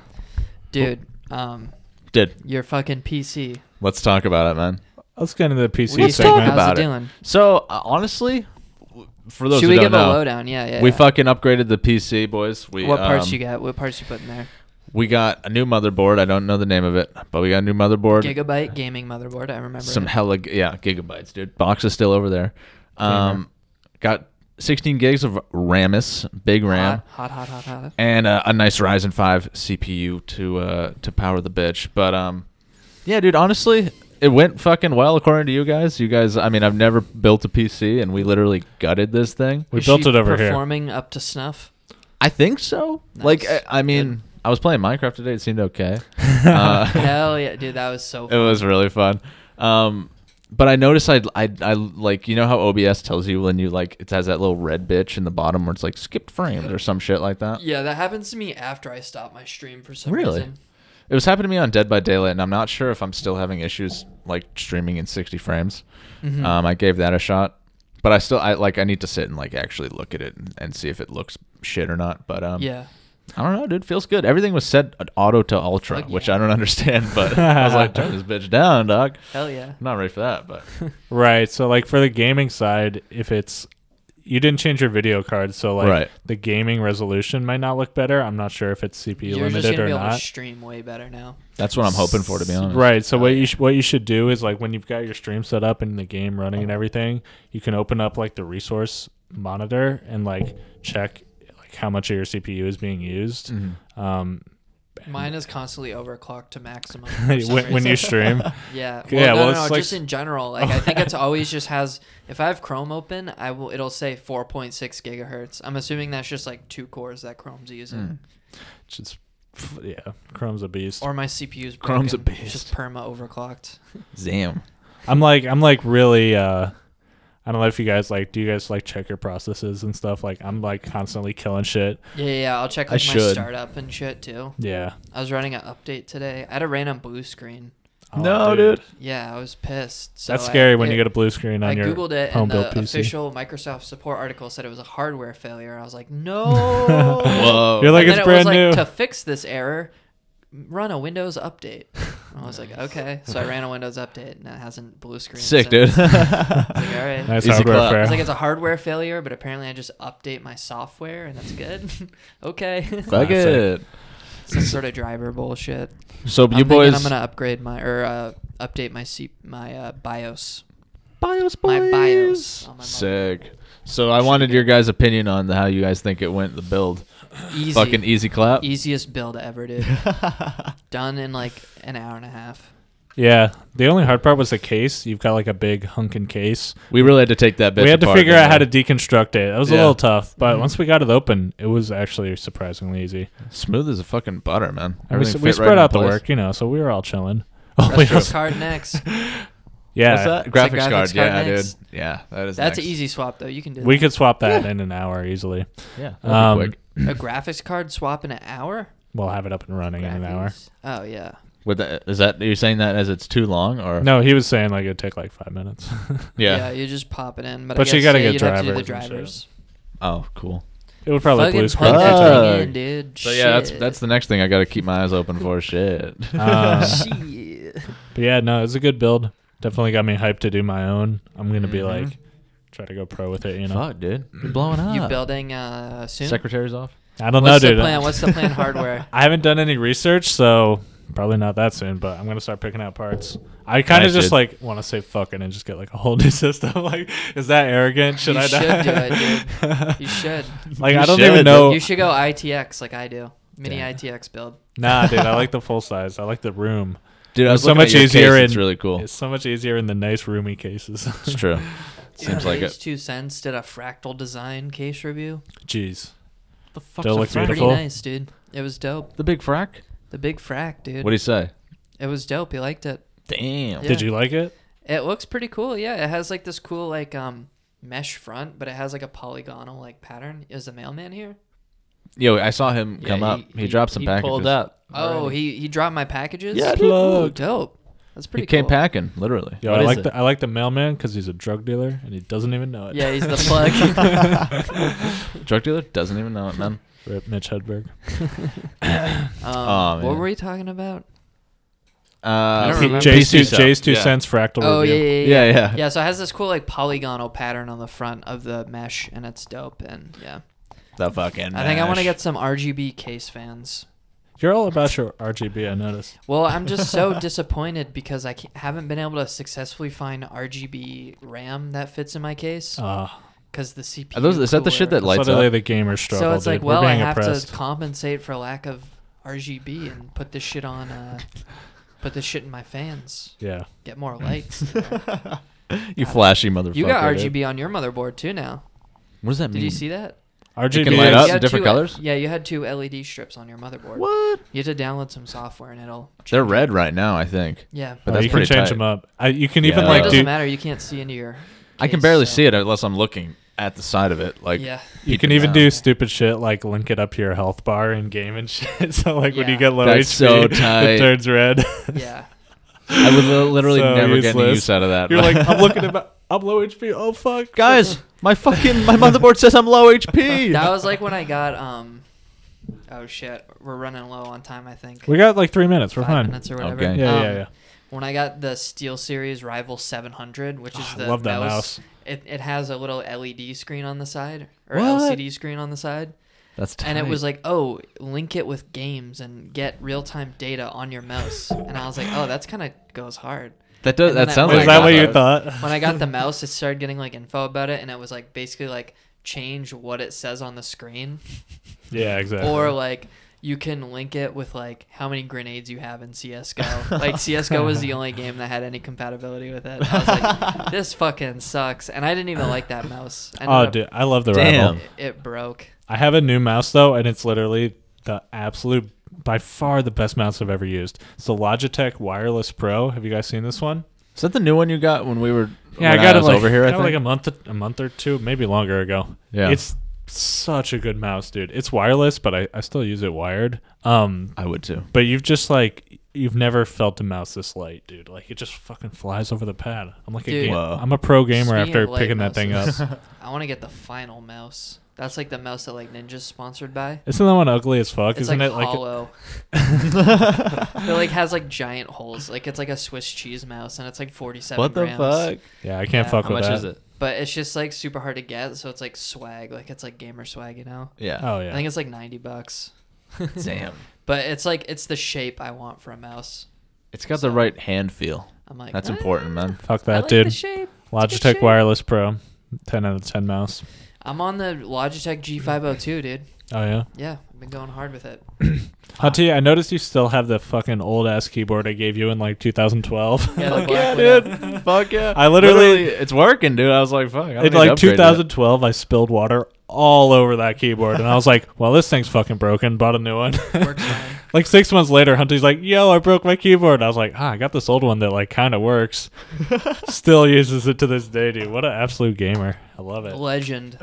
dude. Um, Did Your fucking PC. let's talk about it, man. Let's get into the PC What are you talk segment. How's about it it. doing? So uh, honestly, w- for those Should who we don't give know, a lowdown? Yeah, yeah. we yeah. fucking upgraded the PC, boys. We What parts um, you got? What parts you put in there? We got a new motherboard. I don't know the name of it, but we got a new motherboard. Gigabyte gaming motherboard. I remember. some it. hella g- yeah gigabytes, dude. Box is still over there. Um, got 16 gigs of RAMus, big RAM, Hot, hot, hot, hot, hot. and uh, a nice Ryzen 5 CPU to uh to power the bitch. But um, yeah, dude. Honestly, it went fucking well according to you guys. You guys, I mean, I've never built a PC, and we literally gutted this thing. We Is built she it over here. Performing up to snuff. I think so. Nice. Like, I, I mean, Good. I was playing Minecraft today. It seemed okay. Uh, Hell yeah, dude, that was so. it Fun. was really fun. Um, but I noticed I, I I like you know how OBS tells you when you like it has that little red bitch in the bottom where it's like skipped frames or some shit like that. Yeah, that happens to me after I stop my stream for some Uh, Really? reason. It was happening to me on Dead by Daylight, and I'm not sure if I'm still having issues like streaming in 60 frames. Mm-hmm. Um, I gave that a shot, but I still I like I need to sit and like actually look at it and, and see if it looks shit or not. But um, Yeah. I don't know, dude. Feels good. Everything was set at auto to ultra, Fuck which yeah. I don't understand. But I was like, turn this bitch down, dog. Hell yeah. I'm not ready for that, but Right. So like for the gaming side, if it's you didn't change your video card, so like Right. the gaming resolution might not look better. I'm not sure if it's CPU You're just limited gonna or be able to not. stream way better now. that's what I'm hoping for, to be honest. Right. Oh, So what you sh- what you should do is like when you've got your stream set up and the game running Oh. and everything, you can open up like the resource monitor and like check like how much of your CPU is being used. Mm-hmm. Mm. Um, Mine is constantly overclocked to maximum. for some when, when you reason. stream, Yeah. Okay, Well, yeah, no, well, no, it's no, like- just in general. Like I think it's always just has. If I have Chrome open, I will. It'll say 4.6 gigahertz. I'm assuming that's just like two cores that Chrome's using, Mm-hmm. Hmm. just f- yeah, Chrome's a beast. or my CPU's. Chrome's a broken. It's Just beast. perma overclocked. Damn. I'm like I'm like really uh I don't know if you guys like do you guys like check your processes and stuff like I'm like constantly killing shit. Yeah, yeah. yeah, I'll check I like my should. startup and shit too. Yeah. I was running an update today. I had a random blue screen. Oh, No, dude. Yeah, I was pissed. So That's I- scary when it- you get a blue screen on I your googled it, home and built the PC. official Microsoft support article said it was a hardware failure. I was like, no. Whoa. You're like and it's then it brand was new. like to fix this error, run a Windows update. And I was like, okay. So I ran a Windows update, and it hasn't blue screen. Sick, dude. since. I was That's like, all right. nice Easy hardware clap. I was like, fair. it's a hardware failure, but apparently I just update my software, and that's good. okay. Classic. it. Some sort of driver bullshit. So I'm you thinking boys, I'm gonna upgrade my or uh, update my C- my uh, BIOS. BIOS my BIOS on my Sick. So I wanted your guys' opinion on how you guys think it went the build. Easy, Fucking e- easy clap. easiest build ever, dude. Done in like an hour and a half. Yeah. The only hard part was the case. You've got like a big hunkin' case. We really had to take that bitch. we had to apart, figure out how to didn't deconstruct it. That was a Yeah. little tough, but Mm-hmm. once we got it open, it was actually surprisingly easy. we? smooth as a fucking butter, man. And we, s- we Everything fit right spread into out the place. work, you know, so we were all chilling. Oh, we Graphics also, card next. yeah. What's It's that? a Graphics, graphics card. card Yeah, next. dude. Yeah, that is. That's next. an easy swap though. You can do. We that. could swap that in an hour easily. Yeah. that'll be Um, quick. a graphics card swap in an hour. We'll have it up and running in an hour. Graphics? Oh yeah. With that, is that you're saying that as it's too long or No, he was saying like it'd take like five minutes. Yeah. Yeah. you just pop it in, but, But I you guess, gotta yeah, get you'd have to do the drivers and shit. drivers. Oh, cool. it would probably blue Fucking screen. plug screen. Uh, that Fuck. thing in, dude. So yeah, that's Shit. that's the next thing I got to keep my eyes open for. Shit. Uh, Shit. but yeah, no, it's a good build. Definitely got me hyped to do my own. I'm gonna be Mm-hmm. Mhm. like try to go pro with it. You know, Fuck, dude, you're blowing up. You building uh, soon? Secretary's off. I don't What's the know, Ah. dude. uh, plan? What's the plan? Hardware. I haven't done any research, so probably not that soon. But I'm gonna start picking out parts. I kind of Nice, just dude. like want to say fucking and just get like a whole new system. like, is that arrogant? Should You I should die? do it, dude. You should. like, You I don't should, even dude. know. You should go ITX like I do. Mini Yeah. ITX build. Nah, dude, I like the full size. I like the room. Dude, It was so much easier It's in- really cool. It's so much easier in the nice roomy cases. It's true. Seems like Raised it. Two cents did a fractal design case review. Jeez. The Don't look beautiful. Pretty nice, dude. It was dope. The big frack. The big frac, dude. What do you say? it was dope. He liked it. Damn. Yeah. Did you like it? It looks pretty cool. Yeah, it has like this cool like um mesh front, but it has like a polygonal like pattern. Is the mailman here? Yo, I saw him come Yeah, up. He, dropped some he packages. Pulled up. Oh, he he dropped my packages. Yeah, dude. Ooh, Plug. dope. That's He pretty. came cool. packing, literally. Yo, What I is like it? the I like the mailman because he's a drug dealer and he doesn't even know it. Yeah, he's the plug. Um, Drug dealer doesn't even know it, man. Rip Mitch Hedberg. um, Oh, what man. were we talking about? Uh, don't remember. Jay's two, Peace out. Jay's two Yeah. cents fractal Oh yeah, review. yeah, yeah, Yeah, yeah. Yeah, so it has this cool like polygonal pattern on the front of the mesh, and it's dope. And yeah, the fucking. I think I want to mash. get some RGB case fans. You're all about your RGB, I noticed. Well, I'm just so disappointed because I can't- haven't been able to successfully find RGB RAM that fits in my case Uh, because because the CPU. Are those, is that the shit cooler- that lights suddenly up? the gamers struggle. So it's dude. like, well, We're I being have oppressed. to compensate for lack of RGB and put this shit on. Uh, put this shit in my fans. yeah. Get more lights. you flashy motherfucker. you got dude. Mm. RGB on your motherboard too now. What does that mean? Did you see that? RGB. light is- up. You had different two- colors? Yeah, you had two LED strips on your motherboard. What? You had to download some software and it'll. change They're it. red right now, I think. Yeah. But Oh, that's you can pretty change tight. them up. I, you can even Yeah. Well, it like doesn't do. matter. You can't see into your. I can case, barely so- see it unless I'm looking at the side of it. Like, yeah. You can peeking even down. do stupid shit like link it up to your health bar in game and shit. So like when you Yeah. get low That's HP, so tight. it turns red. Yeah. I would li- literally So never get any useless. use out of that. You're like, I'm looking at my, I'm low HP. Oh fuck, guys, my fucking my motherboard says I'm low HP. That was like when I got um. Oh shit, we're running low on time. I think. We got like three minutes. We're Five fine. minutes or whatever. Okay. Yeah, Um, yeah, yeah. When I got the Steel Series Rival 700, which is Oh, I the love that mouse, mouse. It, it has a little LED screen on the side or What? LCD screen on the side. That's tight. And it was like, oh, link it with games and get real time data on your mouse. And I was like, oh, that's kind of goes hard. that does and then that that sounds Oh Is my like that God. what you thought? When I got the mouse, it started getting like info about it, and it was like basically like change what it says on the screen, Yeah, exactly. Oh, or like you can link it with like how many grenades you have in CS:GO. like CS:GO was the only game that had any compatibility with it. I was like, this fucking sucks, and I didn't even like that mouse. I oh, ended dude, I love the Damn. rival. up- it, it broke. I have a new mouse though, and it's literally the absolute, by far the best mouse I've ever used. It's the Logitech Wireless Pro. Have you guys seen this one? Is that the new one you got when we were? Yeah, when I got it was like, over here. I got it, think. like a month, a month or two, maybe longer ago. Yeah. it's such a good mouse, dude. It's wireless, but I, I still use it wired. Um, I would too. but you've just like you've never felt a mouse this light, dude. Like it just fucking flies over the pad. I'm like Dude. a game. Whoa. I'm a pro gamer Speaking after of light picking that thing up. mouses, I want to get the final mouse. That's like the mouse that like Ninja's sponsored by. Isn't that one ugly as fuck? It's Isn't like it like hollow. it like has like giant holes. Like it's like a Swiss cheese mouse, and it's like forty-seven What the grams. fuck? yeah? I can't Yeah. fuck How with much that. is it? But it's just like super hard to get, so it's like swag. Like it's like gamer swag, you know. Yeah. Oh yeah. I think it's like ninety bucks. Damn. But it's like it's the shape I want for a mouse. It's got the right hand feel. I'm like That's "Ah, important, man. fuck I that, like the dude. shape. It's a good Logitech shape. Wireless Pro, ten out of ten mouse. I'm on the Logitech G502, dude. Oh yeah. Yeah, I've been going hard with it. Hunty, I noticed you still have the fucking old ass keyboard I gave you in like 2012. Yeah, the Fuck black yeah, one. dude. Fuck yeah. I literally- it's working, dude. I was like, fuck. I in need to like upgrade 2012, I spilled water all over that keyboard, and I was like, "Well, this thing's fucking broken." Bought a new one. Works fine. like six months later, Hunty's like, "Yo, I broke my keyboard." I was like, "Ah, I got this old one that like kind of works." Still uses it to this day, dude. What an absolute gamer! I love it. Legend.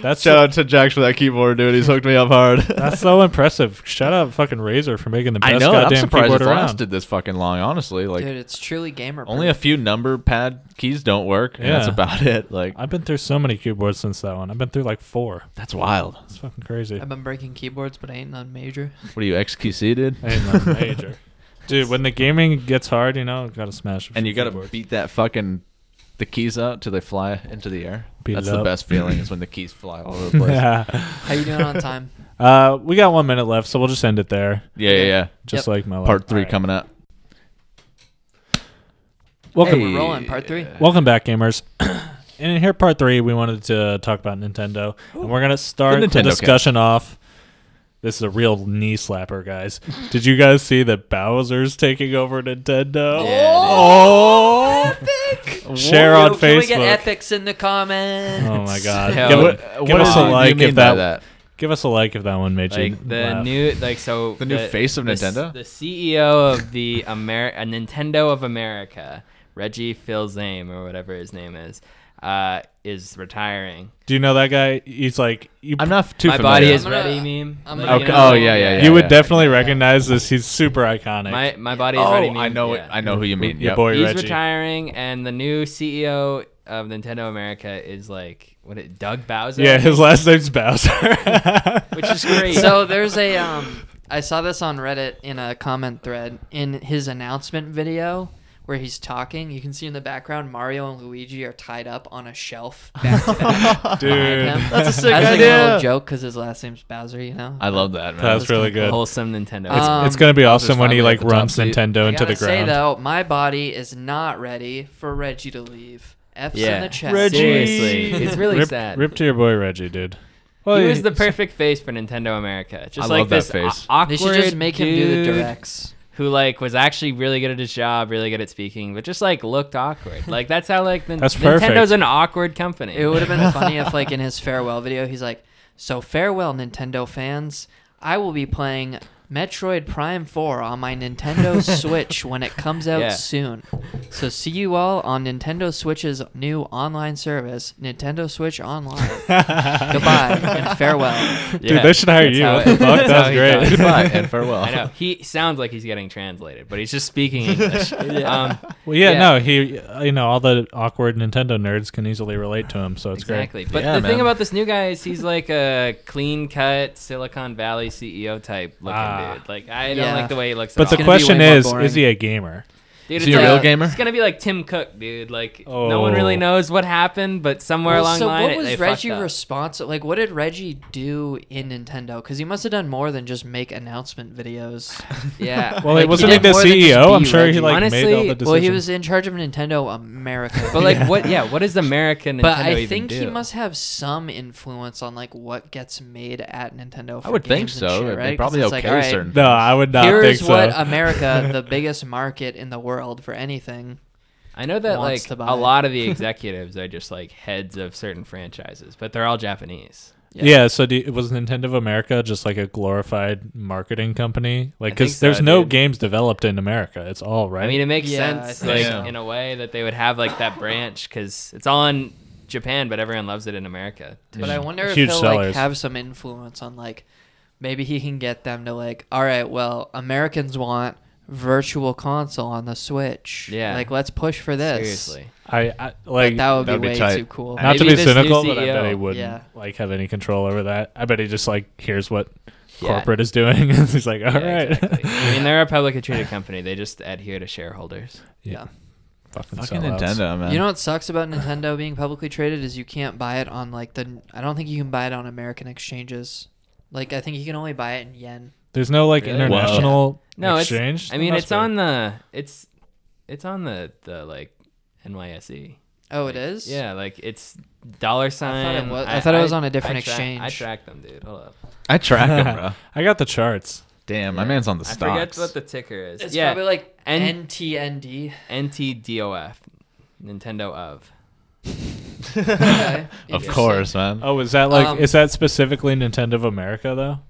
That's it. out to Jack for that keyboard, dude. He's hooked me up hard. that's so impressive. Shout out fucking Razer for making the best I know. I'm goddamn surprised keyboard it around. lasted this fucking long. Honestly, like Dude, it's truly gamer. only a few number pad keys don't work. And that's Yeah. about it. Like I've been through so many keyboards since that one. I've been through like four. that's wild. It's fucking crazy. I've been breaking keyboards, but I ain't none major. What are you XQC, dude? Ain't nothing major. Dude, when the gaming gets hard, you know, gotta smash. a and few you gotta keyboards. beat that fucking the keys out till they fly into the air. Beat That's it the up. best feeling is when the keys fly all over the place. yeah. Yeah. How you doing on time? Uh, we got one minute left, so we'll just end it there. yeah, yeah, Just Yep. like my Part life. three Alright. coming up. Welcome, Hey, we're rolling part three. welcome back, gamers. and in here, part three, we wanted to talk about Nintendo, and we're gonna start The the, Nintendo discussion off. This is a real knee slapper, guys. Did you guys see that Bowser's taking over Nintendo? Oh, epic! Share on Can we get Facebook. epics in the comments? Oh my god! Hell give yeah. it- give us a Uh, do you like mean if by that, Give us a like if that one made you. Like the laugh. new, like so The new face of s- Nintendo? The CEO of the Amer, uh, Nintendo of America, Reggie Fils-Aime or whatever his name is, uh, is retiring. Do you know that guy? He's like you. I'm not too My familiar. body is I'm gonna- ready meme. I'm Like, gonna- you Okay. know, Oh, yeah, yeah, you yeah, would yeah. definitely recognize this. He's super iconic. My my body is ready Oh, meme. I know yeah. it. I know who you mean. Your Yep. boy He's Reggie. retiring, and the new CEO of Nintendo America is like what? It, Doug Bowser. Yeah, his last name's Bowser. which is great. So there's a um, I saw this on Reddit in a comment thread in his announcement video where he's talking. You can see in the background Mario and Luigi are tied up on a shelf. Back to back behind Dude. him. That's a As sick like a little idea. joke because his last name's Bowser. You know. I love that. Man. That's really good. Wholesome Nintendo. It's- Um, it's gonna be awesome when he finally like at the top runs seat. Nintendo into the gotta Say ground. though, my body is not ready for Reggie to leave. F's in Yeah. the chest. Reggie. Seriously, it's really rip, sad. Rip to your boy Reggie, dude. Well, he was he- the perfect face for Nintendo America. Just I like love that this face. au- They awkward should just make him do dude the directs. who like was actually really good at his job, really good at speaking, but just like looked awkward. Like that's how like the, That's Nintendo's perfect. an awkward company. It would have been funny if, like, in his farewell video, he's like, "So farewell, Nintendo fans. I will be playing Metroid Prime 4 on my Nintendo Switch when it comes out Yeah. soon. So see you all on Nintendo Switch's new online service, Nintendo Switch Online. Goodbye and farewell." Dude, they should hire That's you. how What the it- fuck? that's That how was he great. talks. Goodbye and farewell. I know he sounds like he's getting translated, but he's just speaking English. um, Well, yeah, Yeah. no, he, uh, you know, all the awkward Nintendo nerds can easily relate to him, so it's exactly. But Yeah, the thing man. about this new guy is he's like a clean cut Silicon Valley CEO type looking Ah. dude. Like I don't Yeah. like the way he looks. great. But at the all. gonna be question way more is, boring. is he a gamer? Is Dude, it's he a like- real gamer? It's gonna be like Tim Cook, dude. Like no one Oh. really knows what happened, but somewhere Well, along so the line, what it- was they fucked Reggie up. responsible? Like, what did Reggie do in Nintendo? Because he must have done more than just make announcement videos. yeah. Well, Like, it he wasn't did like the more than just CEO. I'm be sure he Reggie. like made all Honestly, the decisions. Well, he was in charge of Nintendo America. But like, what? Yeah, what is American Nintendo But I even think he do? must have some influence on like what gets made at Nintendo. For I would think games and so. shit, They right? 'Cause probably it's like, okay all right, certain- No, I would not Here's think so. what America, the biggest market in the world for anything. I know that wants like to a buy. lot of the executives are just like heads of certain franchises, but they're all Japanese. yeah. so do you, was Nintendo of America just like a glorified marketing company? Like, I think because so, there's no dude. games developed in America. It's all right. I mean, it makes Yeah, sense I think like so. in a way that they would have like that branch because it's all in Japan, but everyone loves it in America. too. But I wonder if Huge he'll like sellers. have some influence on like maybe he can get them to like, all right, well, Americans want virtual console on the Switch. Yeah. Like let's push for this. Seriously, I, I like That would That'd be be way tight. too cool. not to be Maybe this new E cynical, but I bet CEO. he wouldn't Yeah. like have any control over that. I bet he just like hears what Yeah. corporate is doing, and he's like, all right, Yeah, exactly. I mean, they're a publicly traded company; they just adhere to shareholders. Yeah. fucking, Fucking sellouts. Nintendo, man. You know what sucks about Nintendo being publicly traded is you can't buy it on like the. I don't think you can buy it on American exchanges. Like I think you can only buy it in yen. There's no like Really? international No, exchange. it's. I There mean, must it's be. on the. It's, it's on the the like, NYSE. Oh, it is. E. Yeah, like it's dollar sign. was- I thought it was on a different I track- exchange. I track them, dude. Hold up. I track him, bro. I got the charts. Damn, my man's on the I forget stocks. what the ticker is. It's yeah, probably like N- NTND. NTDOF, Nintendo of. Okay, of interesting. course, man. Oh, is that like Um, is that specifically Nintendo of America though?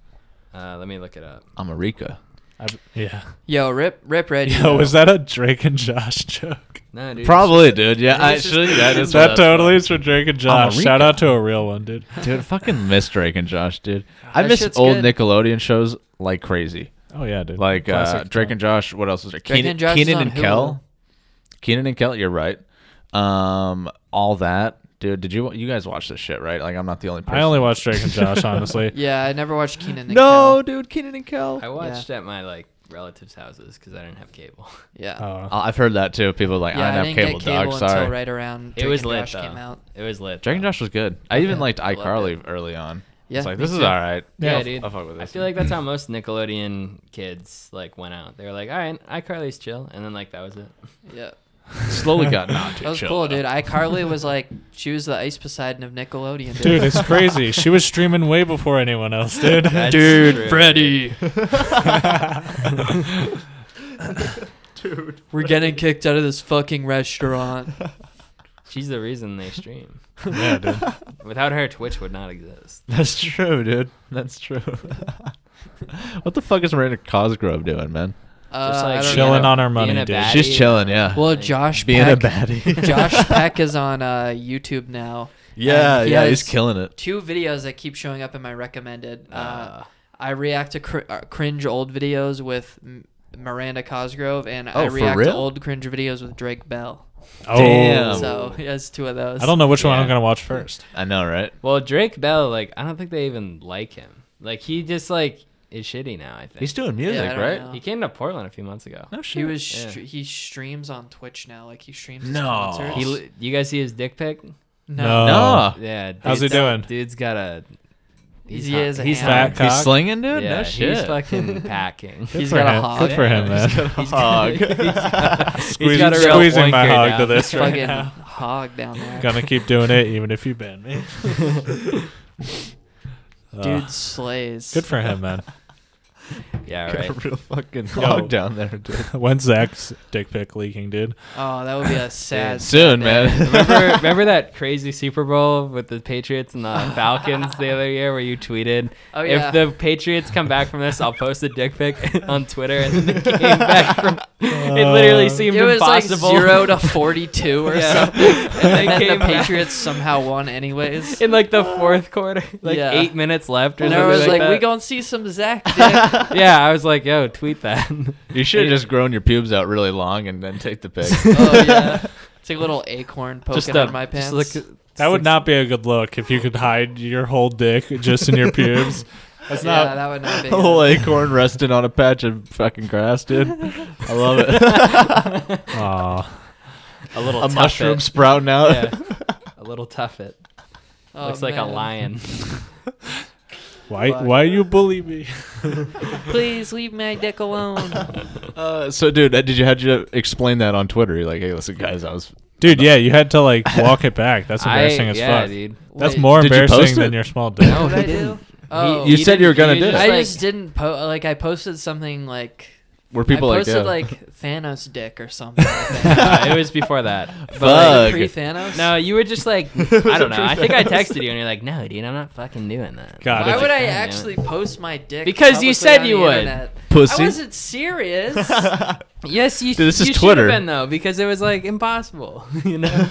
Uh, let me look it up. I'm a Rika. I, yeah. Yo, rip, rip, Reggie. Yo, though. was that a Drake and Josh joke? No, dude. Probably, dude. Yeah, actually, that is that what- totally is for Drake and Josh. America. Shout out to a real one, dude. Dude, I fucking miss Drake and Josh, dude. I That miss shit's old good. Nickelodeon shows like crazy. Oh yeah, dude. Like uh, Classic. Drake and Josh. What else was there? Drake Keenan and Josh is Keenan on and Kel. Hulu. Keenan and Kel. You're right. Um, all that, dude. Did you you guys watch this shit? Right? Like, I'm not the only person. I only watch Drake and Josh, honestly. Yeah, I never watched Keenan. and No, Kel. dude. Keenan and Kel. I watched at my like relatives' houses because I didn't have cable. Yeah. Oh. Uh, I've heard that too. People are like, yeah, I I, didn't have didn't cable, get cable dog. until Sorry. right around. it Drake was and lit Josh though. Came out. It was lit. Drake and Josh was good. I even Yeah, liked I loved iCarly early on. Yeah, it's like me this is too. all right. Yeah, I'll- dude. I'll fuck with I this. feel like that's how most Nickelodeon kids like went out. They were like, "All right, iCarly's chill," and then like that was it. Yeah. slowly got not too That was chill, cool, though. dude. iCarly was like, she was the ice Poseidon of Nickelodeon. Dude, Dude, it's crazy. she was streaming way before anyone else, dude. That's Dude, true. Freddy. We're getting kicked out of this fucking restaurant. She's the reason they stream. yeah, dude. Without her, Twitch would not exist. That's true, dude. That's true. what the fuck is Miranda Cosgrove doing, man? Uh, Just, I like, don't Chilling know. on our money, being a dude. baddie. She's chilling, yeah. Well, Josh Being a Peck, baddie. Josh Peck is on uh, YouTube now. yeah, and he yeah, he's has killing it. Two videos that keep showing up in my recommended. Uh, Uh. Ah. I react to cr- uh, cringe old videos with M- Miranda Cosgrove, and Oh, I for react to real? old cringe videos with Drake Bell. Oh. Damn. So he has two of those. I don't know which one I'm Yeah. gonna watch first. I know, right? Well, Drake Bell, like I don't think they even like him. Like he just like is shitty now. I think He's doing music, I don't right? know. he came to Portland a few months ago. No He shit. was Yeah. str- he streams on Twitch now. Like he streams his No. concerts. He, li- you guys see his dick pic? No. no. Yeah. How's he dude's- doing? Dude's got a. He's He hot. is a he's hammer. hot. Fat cock. He's slinging, dude. yeah, no shit. He's fucking packing. He's for got him. a hog. Good for him, man. He's Hog. got- he's got- he's Squeezing- got a real squeezing my oinker hog now. to this right fucking now. hog down there. Gonna keep doing it even if you ban me. Uh, Dude slays. good for him, man. Yeah, Got a right. real fucking Yo. hog down there, dude. When's Zach's dick pic leaking, dude? Oh, that would be a sad. Soon, man. remember, remember that crazy Super Bowl with the Patriots and the Falcons the other year where you tweeted, Oh, yeah. "If the Patriots come back from this, I'll post a dick pic on Twitter." And then they came back from it. Literally Uh, seemed It was impossible. like zero to forty-two or Yeah. something, and, they then came the back. Patriots somehow won anyways. in like the fourth quarter, like Yeah. eight minutes left, or And I something was like, that. "We gonna see some Zach." Oh, Dick. Yeah, I was like, "Yo, tweet that." You should have just grown your pubes out really long and then take the pic. oh yeah, it's like a little acorn poking just a, out of my pants. just look- That would not be a good look if you could hide your whole dick just in your pubes. That's yeah, not. that would not be. A whole good. acorn resting on a patch of fucking grass, dude. I love it. Aw. a a little tuffet. mushroom sprouting out. Yeah, a little tuffet. Oh, Looks like a man. lion. Why? Fuck. Why you bully me? Please leave my dick alone. Uh, so, dude, uh, did you had you explain that on Twitter? You're like, hey, listen, guys, I was. Dude, yeah, you had to like walk it back. That's I- embarrassing as yeah, fuck. dude. That's Wait, more Did you post embarrassing than it? your small dick. What No. did I do? Oh, you said you were gonna do it. I like- just didn't post. Like I posted something like Were people I like, posted yeah. like, Thanos dick or something. I think. Uh, it was before that. But Fuck. Pre Thanos. No, you were just like, I don't know. I think I texted you, and you're like, no, dude, I'm not fucking doing that. God, Why if- would God I damn it. actually post my dick? Because publicly you said on you the would. internet? Pussy. I wasn't serious. Yes, you. Dude, this is you Twitter. Been, though, because it was like impossible. You know,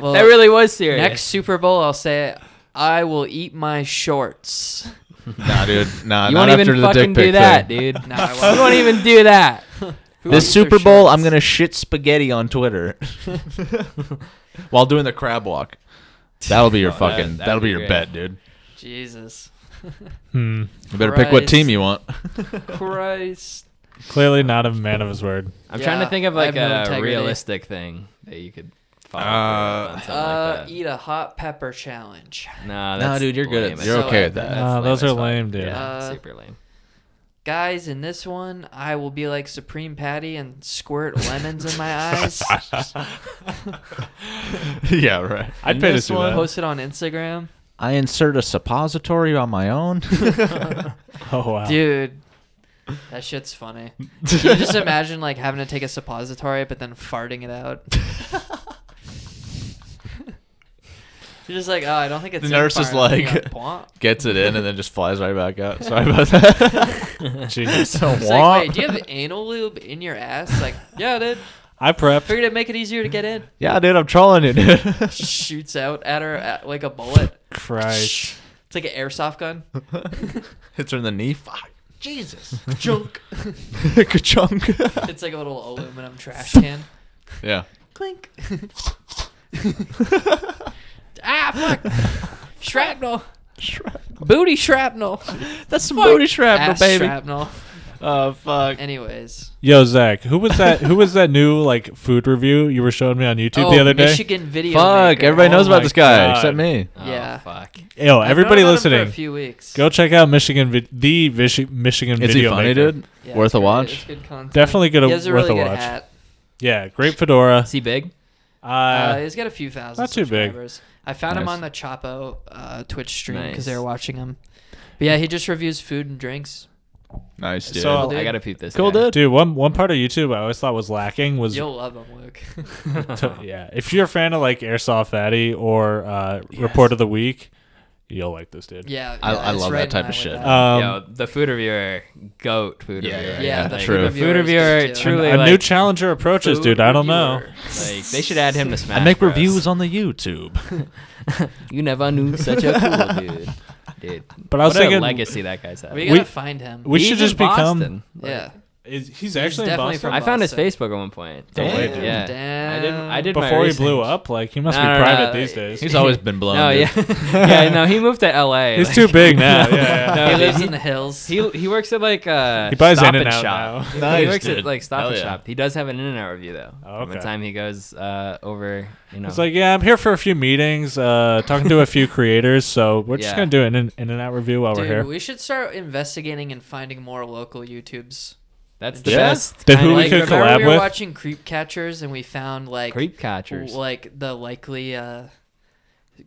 well, that really was serious. next Super Bowl, I'll say I will eat my shorts. nah, dude. Nah, you not won't after even the fucking dick pic do that, thing. dude. No, I you won't. won't even do that. Who This eats their Super Bowl, I'm shorts? gonna shit spaghetti on Twitter while doing the crab walk. That'll be your Oh, that- fucking. that'd That, will be be your great. bet, dude. Jesus hmm, You better pick what Christ. team you want. Christ. clearly not a man of his word. I'm trying to Yeah, think of I like have no a integrity. realistic thing that you could follow Uh, through on, Uh, something like that. eat a hot pepper challenge. No, Nah, that's dude, you're good at- lame as you're fuck. okay with that. That's Nah, lame those as are fuck. lame, dude. Yeah, Uh, super lame. Guys, in this one, I will be like Supreme Patty and squirt lemons in my eyes. yeah, right. I'd In pay to this see one, that. Post it on Instagram, I insert a suppository on my own. Oh wow. dude. That shit's funny. Can you just imagine like having to take a suppository but then farting it out? You're just like, oh, I don't think it's. The in nurse is fart." And you like- go, "Bwah." Gets it in and then just flies right back out. Sorry about that. Genius. It's like, wait, do you have anal lube in your ass? Like, yeah, dude. I prepped. Figured it'd make it easier to get in. yeah, dude, I'm trolling you, dude. Shoots out at her at, like a bullet. Christ. It's like an airsoft gun. Hits her in the knee. Fuck. Jesus. Junk. Ka-chunk. it's like a little aluminum trash can. yeah. Clink. ah, fuck. Shrapnel. Booty shrapnel. That's some Fuck. booty shrapnel, Ass baby. shrapnel. Uh, oh, fuck. Anyways. Yo, Zach, who was that? Who was that new like food review you were showing me on YouTube oh, the other day? Michigan video. Fuck, maker. everybody Oh knows my about this guy God. except me. Yeah. Oh, fuck. Yo, I've everybody known about him For listening, a few weeks. go check out Michigan, vid- the Vishi- Michigan Is he video funny, maker. dude? Yeah, Worth it's a good- watch? it's good content. Definitely good- He has a worth really a good watch. hat. Yeah, great fedora. Is he big? Uh, Uh, he's got a few thousand. not too big. subscribers. I found him Nice. on the Chapo uh, Twitch stream because Nice. they were watching him. But yeah, he just reviews food and drinks. Nice, dude. So- Dude. I gotta peep this. Cool, guy. dude. dude, one one part of YouTube I always thought was lacking was You'll love him, Luke. to- Uh, yeah. If you're a fan of like Airsoft Fatty or uh, Report of the Week, you'll like this dude. yeah, I- yeah, I it's love that right in type line of with shit. that. Um, Yo, the food reviewer, goat food Yeah, reviewer. yeah, yeah, yeah, the like, true. food reviewer. Food reviewer is good, too. truly a like, new challenger approaches, Food dude. I don't know. reviewer. like they should add him to Smash. I make Bros. reviews on the YouTube. You never knew such a cool dude. Dude, But I was what a thinking- legacy that guy's had. We gotta We- find him. We He's should in just become. Boston. Like, yeah, Is, he's actually in definitely Boston. from I found his Boston. Facebook at one point. Don't Yeah. wait, dude. Yeah. I did. I did my Before he research. blew up, like he must No, be no, no, private no. these days. He's always been blown. No, dude. yeah, yeah. No, he moved to L.A. He's like- too big now. Yeah, yeah. No, He they- lives in the hills. He he works at like uh He buys Stop and In-N-Out now. Shop. He- Nice, he works dude. at like Stop Hell and yeah. Shop. He does have an In-N-Out review though. Oh, From the okay. time he goes uh over, you know. It's like, yeah, I'm here for a few meetings, uh, talking to a few creators. So we're just Yeah. gonna do an in, in and out review while Dude, we're here. we should start investigating and finding more local YouTubes. that's the Yeah. best. Then kind who of we Like, could remember collab we were with? watching Creep Catchers and we found like creep catchers. like the likely uh,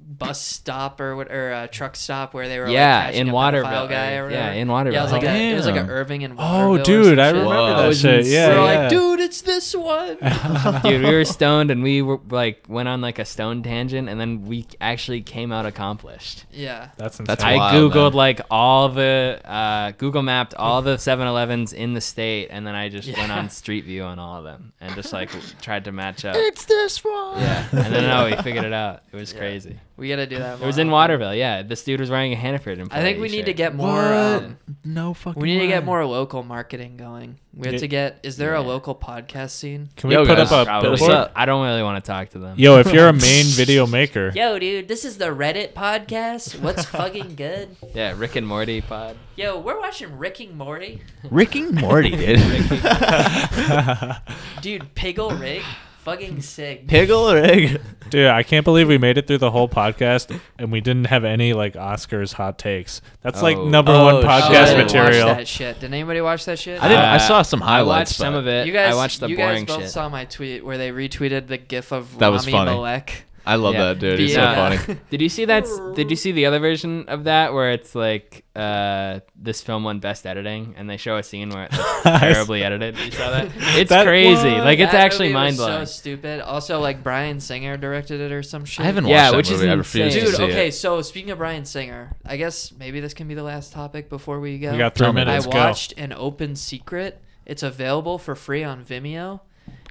bus stop or what or uh, truck stop where they were Yeah, like, catching in a pedophile Waterville, guy or yeah, whatever. in Waterville. yeah it was like a, it was like Damn. a Irving and Oh, Waterville or dude, some I shit. remember Whoa. that That was shit. insane. Yeah, we were yeah. like dude it's this one Dude, we were stoned and we were like went on like a stone tangent and then we actually came out accomplished. yeah that's insane. That's I wild, googled man. like all the uh, Google mapped all the 7-Elevens in the state, and then I just went Yeah. on Street View on all of them and just like w- tried to match up. It's this one. Yeah, and then oh, we figured it out. It was crazy. we gotta do that It was more in often. Waterville. Yeah, this dude was wearing a Hannaford. I think we need to get What? more um, no fucking. we need to get way. more local marketing going we have Yeah. to get is there a Yeah. local podcast scene Can we Yo, put guys, up a probably. billboard? What's up? I don't really want to talk to them. Yo, if you're a main video maker, Yo, dude, this is the Reddit podcast. What's fucking good? Yeah, Rick and Morty pod. Yo, we're watching Rick and Morty. Rick and Morty, dude. Dude, Piggle Rick, fucking sick. Piggle Rick. dude, I can't believe we made it through the whole podcast and we didn't have any like Oscars hot takes. That's like Oh. number Oh, one shit. Oh, I podcast didn't watch material. that shit. Did anybody watch that shit? Uh, I didn't- I Uh, saw some I highlights, watched some but- of it. You guys, I watched the you boring guys both shit. saw my tweet where they retweeted the gif of That that was Rami funny. Malek. I love that dude. He's Yeah. so uh, funny. Did you see that? Did you see the other version of that where it's like uh, this film won best editing, and they show a scene where it's like, terribly edited? You saw that? It's That- crazy. What? Like it's That actually movie mind was blowing. So stupid. Also, like Brian Singer directed it or some shit. I haven't Yeah, watched that which is movie. I refuse insane. to Dude, see okay. it. So speaking of Brian Singer, I guess maybe this can be the last topic before we go. We got three Tell me. I minutes. Go. watched an open secret. It's available for free on Vimeo,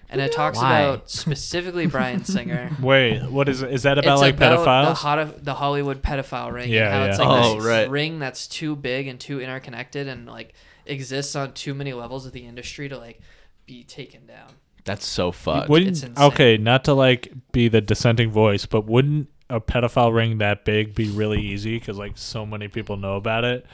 and it talks Why? about specifically Brian Singer. Wait, what is it? Is that about it's like about The, pedophiles? hot, the Hollywood pedophile ring. Yeah, and how It's yeah. like Oh, this right. ring that's too big and too interconnected, and like exists on too many levels of the industry to like be taken down. That's so fucked. It's wouldn't insane. okay, not to like be the dissenting voice, but wouldn't a pedophile ring that big be really easy because like so many people know about it?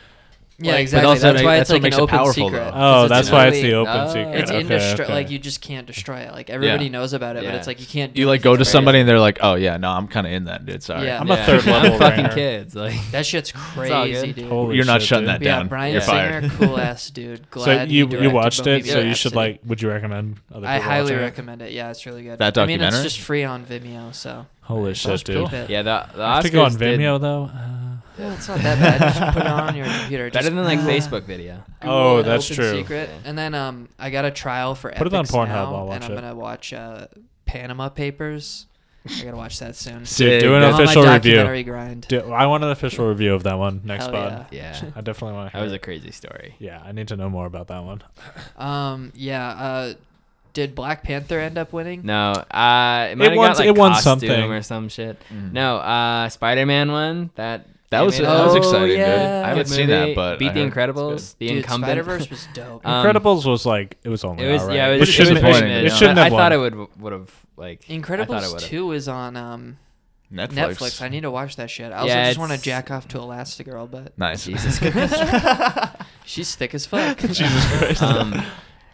Yeah, Like, but exactly. also that's that- why it's that's what like an makes it open powerful, secret. though. 'cause Oh, that's why it's really- the open oh. secret. It's okay, industri- okay. like you just can't destroy it. Like everybody knows about it, but Yeah. it's like you can't. Do You like anything go to about it. somebody and they're like, "Oh yeah, no, I'm kind of in that, dude. Sorry, Yeah. I'm a third level I'm fucking ringer. kids. Like That shit's all crazy, good. dude. Holy you're not shit, shutting dude. that yeah, down. Brian you're Singer, fired." cool ass dude. Glad So he you you directed watched both it, these so you Rhapsody. should like. Would you recommend other people? I highly watching it? recommend it. Yeah, it's really good. That I mean, documentary? it's just free on Vimeo, so Holy shit, Sounds dude! cool. keep it. yeah, the, the I have Oscars to go on did Vimeo though. Uh, Yeah, it's not that bad. Just put it on your computer. Just ah, better than like Google Facebook video. Oh, an that's open true. Secret. And then um, I got a trial for Put it on Epix Pornhub, now, I'll watch and I'm it. gonna watch uh, Panama Papers. I gotta watch that soon. dude, Sick, do an dude. I'm on my official review. documentary grind. Do, I want an official review of that one next Hell pod. yeah. Yeah, I definitely want to. that was a crazy story. yeah, I need to know more about that one. Um, yeah. Uh, did Black Panther end up winning? No, uh, it, might have won- got, like, it won costume something. or some shit. No, uh, Spider Man won that. Mm-hmm. That was animated- that was Oh, exciting, dude. yeah. I haven't Good seen that, movie. but I beat the heard it's good. Incredibles, the Dude, incumbent. Spider Verse was dope. Um, Incredibles was like it was only. It was alright. yeah, it It was, it was shouldn't- pretty disappointing, mid. It yeah. shouldn't But have I won. thought it would would have like I thought Incredibles it would've. Two is on um, Netflix. Netflix. I need to watch that shit. I also Yeah, just want to it's- jack off to Elastigirl, but Nice. Jesus she's thick as fuck. Um,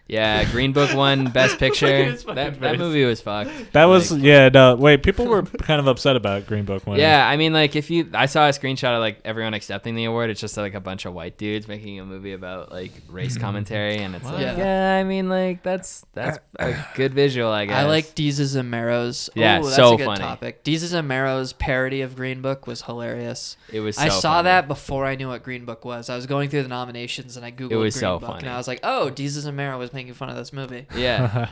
yeah, Green Book won Best Picture. that, that movie was fucked. That was Like, yeah. No, wait. People were kind of upset about Green Book winning. yeah, I mean, like if you, I saw a screenshot of like everyone accepting the award. It's just like a bunch of white dudes making a movie about like race commentary, and it's like, Yeah. yeah. I mean, like that's that's a good visual, I guess. I like Deez's and Marrow's. Yeah, Ooh, that's so a good funny. topic. Deez's and Marrow's parody of Green Book was hilarious. It was. I so saw funny. that before I knew what Green Book was. I was going through the nominations and I googled It was Green so Book funny. and I was like, "Oh, Deez's and Marrow was making fun of this movie." Yeah,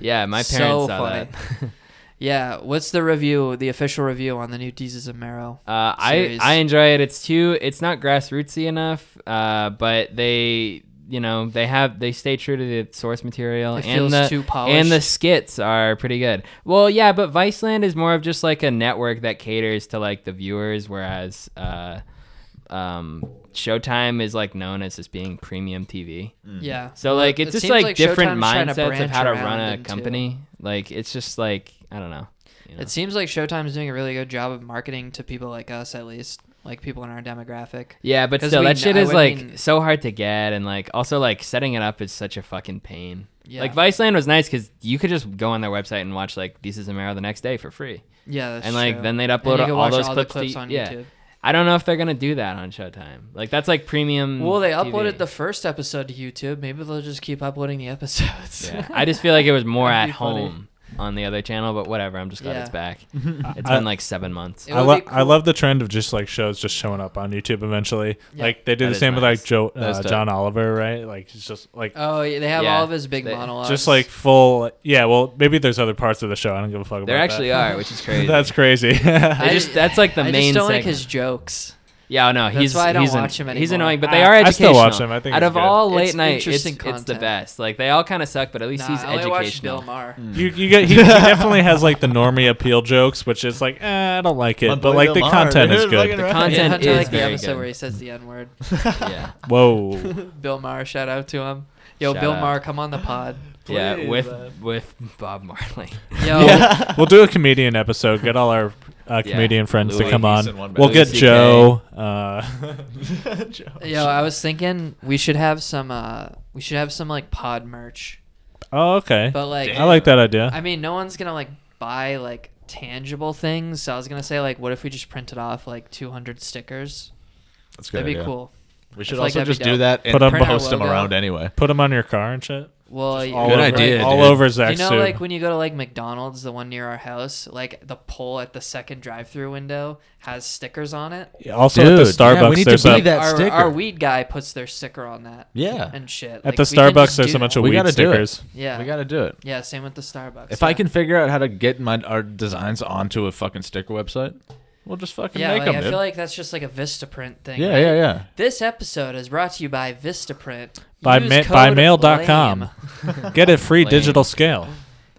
yeah. My parents So saw funny. that. Yeah, what's the review, the official review on the new Deez's and Marrow? Uh, I series. I enjoy it. It's too. It's not grassrootsy enough. Uh, but they, you know, they have they stay true to the source material It and feels the too and the polished. skits are pretty good. Well, yeah, but Viceland is more of just like a network that caters to like the viewers, whereas uh, um, Showtime is like known as just being premium TV. Yeah. So like Mm. it it's just seems like, like different Showtime's trying to mindsets of branch how to around run a into- company. Like it's just like I don't know. you know. It seems like Showtime's doing a really good job of marketing to people like us, at least like people in our demographic. yeah, but 'Cause still, we that kn- shit I is would like mean- so hard to get, and like also like setting it up is such a fucking pain. Yeah. Like Viceland was nice because you could just go on their website and watch like This Is Amaro the next day for free. Yeah, that's and like true. then they'd And you upload can all watch those all clips, the clips to, on yeah. YouTube. I don't know if they're gonna do that on Showtime. Like that's like premium. Well, they TV. uploaded the first episode to YouTube. Maybe they'll just keep uploading the episodes. Yeah. I just feel like it was more That'd be at funny. home on the other channel, but whatever. I'm just glad it's Yeah. back. It's I- been like seven months. It I, would lo- be I cool. love the trend of just like shows just showing up on YouTube eventually. Yeah. Like they did That the is same with nice. like Joe That is uh, dope. John Oliver, right? Like it's just like Oh, yeah, they have Yeah. all of his big They- monologues. just like full. Yeah, well maybe there's other parts of the show. I don't give a fuck about. There that. actually are, which is crazy. That's crazy. They just- that's like the I just main don't like segment. his jokes. yeah, no, That's he's why I don't he's an- watch him He's anymore. annoying, but they I- are I still educational. watch him. I think out it's of good. all late It's night, it's, interesting it's the content. best. Like they all kind of suck, but at least Nah, he's I only watched Bill educational. Maher. You, you get he, he definitely has like the normie appeal jokes, which is like eh, I don't like it, My but boy like Bill the Maher, content is dude, good. fucking The right. Yeah, content Hunter is like the very episode good. where he says the N word. yeah, Whoa, Bill Maher, shout out to him. Yo, Shout Bill out. Maher, come on the pod. yeah, Please, with man. with Bob Marley. Yo, we'll do a comedian episode. Get all our uh, Yeah. comedian friends Louis, to come he's in one on. We'll better. get Louis CK. Joe. Uh, yo, I was thinking we should have some. uh We should have some like pod merch, oh, okay. but like, I like that idea. I mean, no one's gonna like buy like tangible things. So I was gonna say like, what if we just printed off like 200 stickers? That's a good. That'd be idea. cool. We should feel like also that'd be just do dope. that and Put up- Print our post them logo. around anyway. Put them on your car and shit. Well, you- all Good over, idea, all dude. over Do you Zach's know, suit. like when you go to like McDonald's, the one near our house, like the pole at the second drive-through window has stickers on it. also at the Starbucks, there's a that Our, our weed guy puts their sticker on that. Yeah. and shit. at the Starbucks there's a bunch of We weed gotta do it. stickers. yeah. We gotta do it. yeah, same with the Starbucks. If yeah. I can figure out how to get my our designs onto a fucking sticker website, we'll just fucking yeah, make like, them. I dude. feel like that's just like a Vistaprint thing. yeah, right? yeah, yeah. This episode is brought to you by Vistaprint. By Use ma- code by mail.com. LAME. Get a free Lame. digital scale.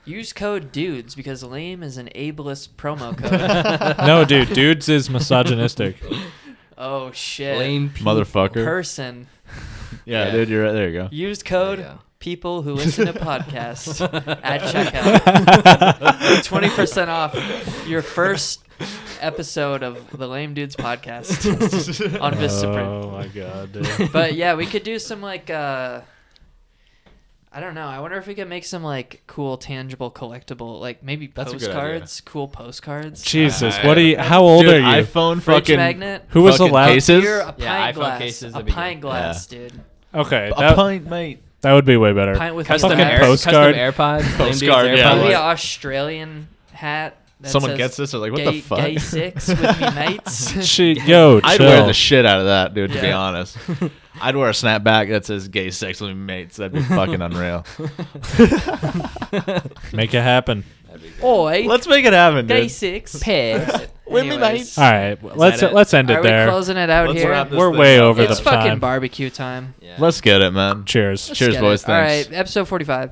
Use code dudes because lame is an ableist promo code. No, dude, dudes is misogynistic. oh shit. Lame people. Motherfucker. person. yeah, Yeah. dude, you're right. There you go. Use There you code go. people who listen to podcasts at checkout. 20% off your first episode of the Lame Dudes podcast on Vistaprint. Oh my god, dude. But yeah, we could do some like uh I don't know. I wonder if we could make some like cool tangible collectible like maybe That's a good idea. postcards, cool postcards. Jesus, Uh, what are you? How old Dude, are you? iPhone Fridge fucking magnet. Who was the fucking last- cases? Beer, a pint Yeah, iPhone glass, cases a would be pint good. glass, dude. okay, a that, pint, mate. that would be way better. Pint with Custom, Fucking air, glass. post- postcard. custom AirPods. Lame dude's Postcard, yeah, AirPods. Probably like- an Australian hat. that Someone says, gets this, they're like, "What the gay, fuck?" Gay six with me mates. Shit, yo, I'd chill. wear the shit out of that, dude. To be Yeah. honest, I'd wear a snapback that says "gay sex with mates." That'd be fucking unreal. Make it happen. Oi, Let's make it happen, dude. gay six pair With me mates. All right, let's that it? let's end it Are we there. closing it out Let's here? wrap this We're thing way up. over it's the fucking time. barbecue time. Yeah. Let's get it, man. Cheers. Let's Cheers, get boys. it. All Thanks. right, episode forty-five.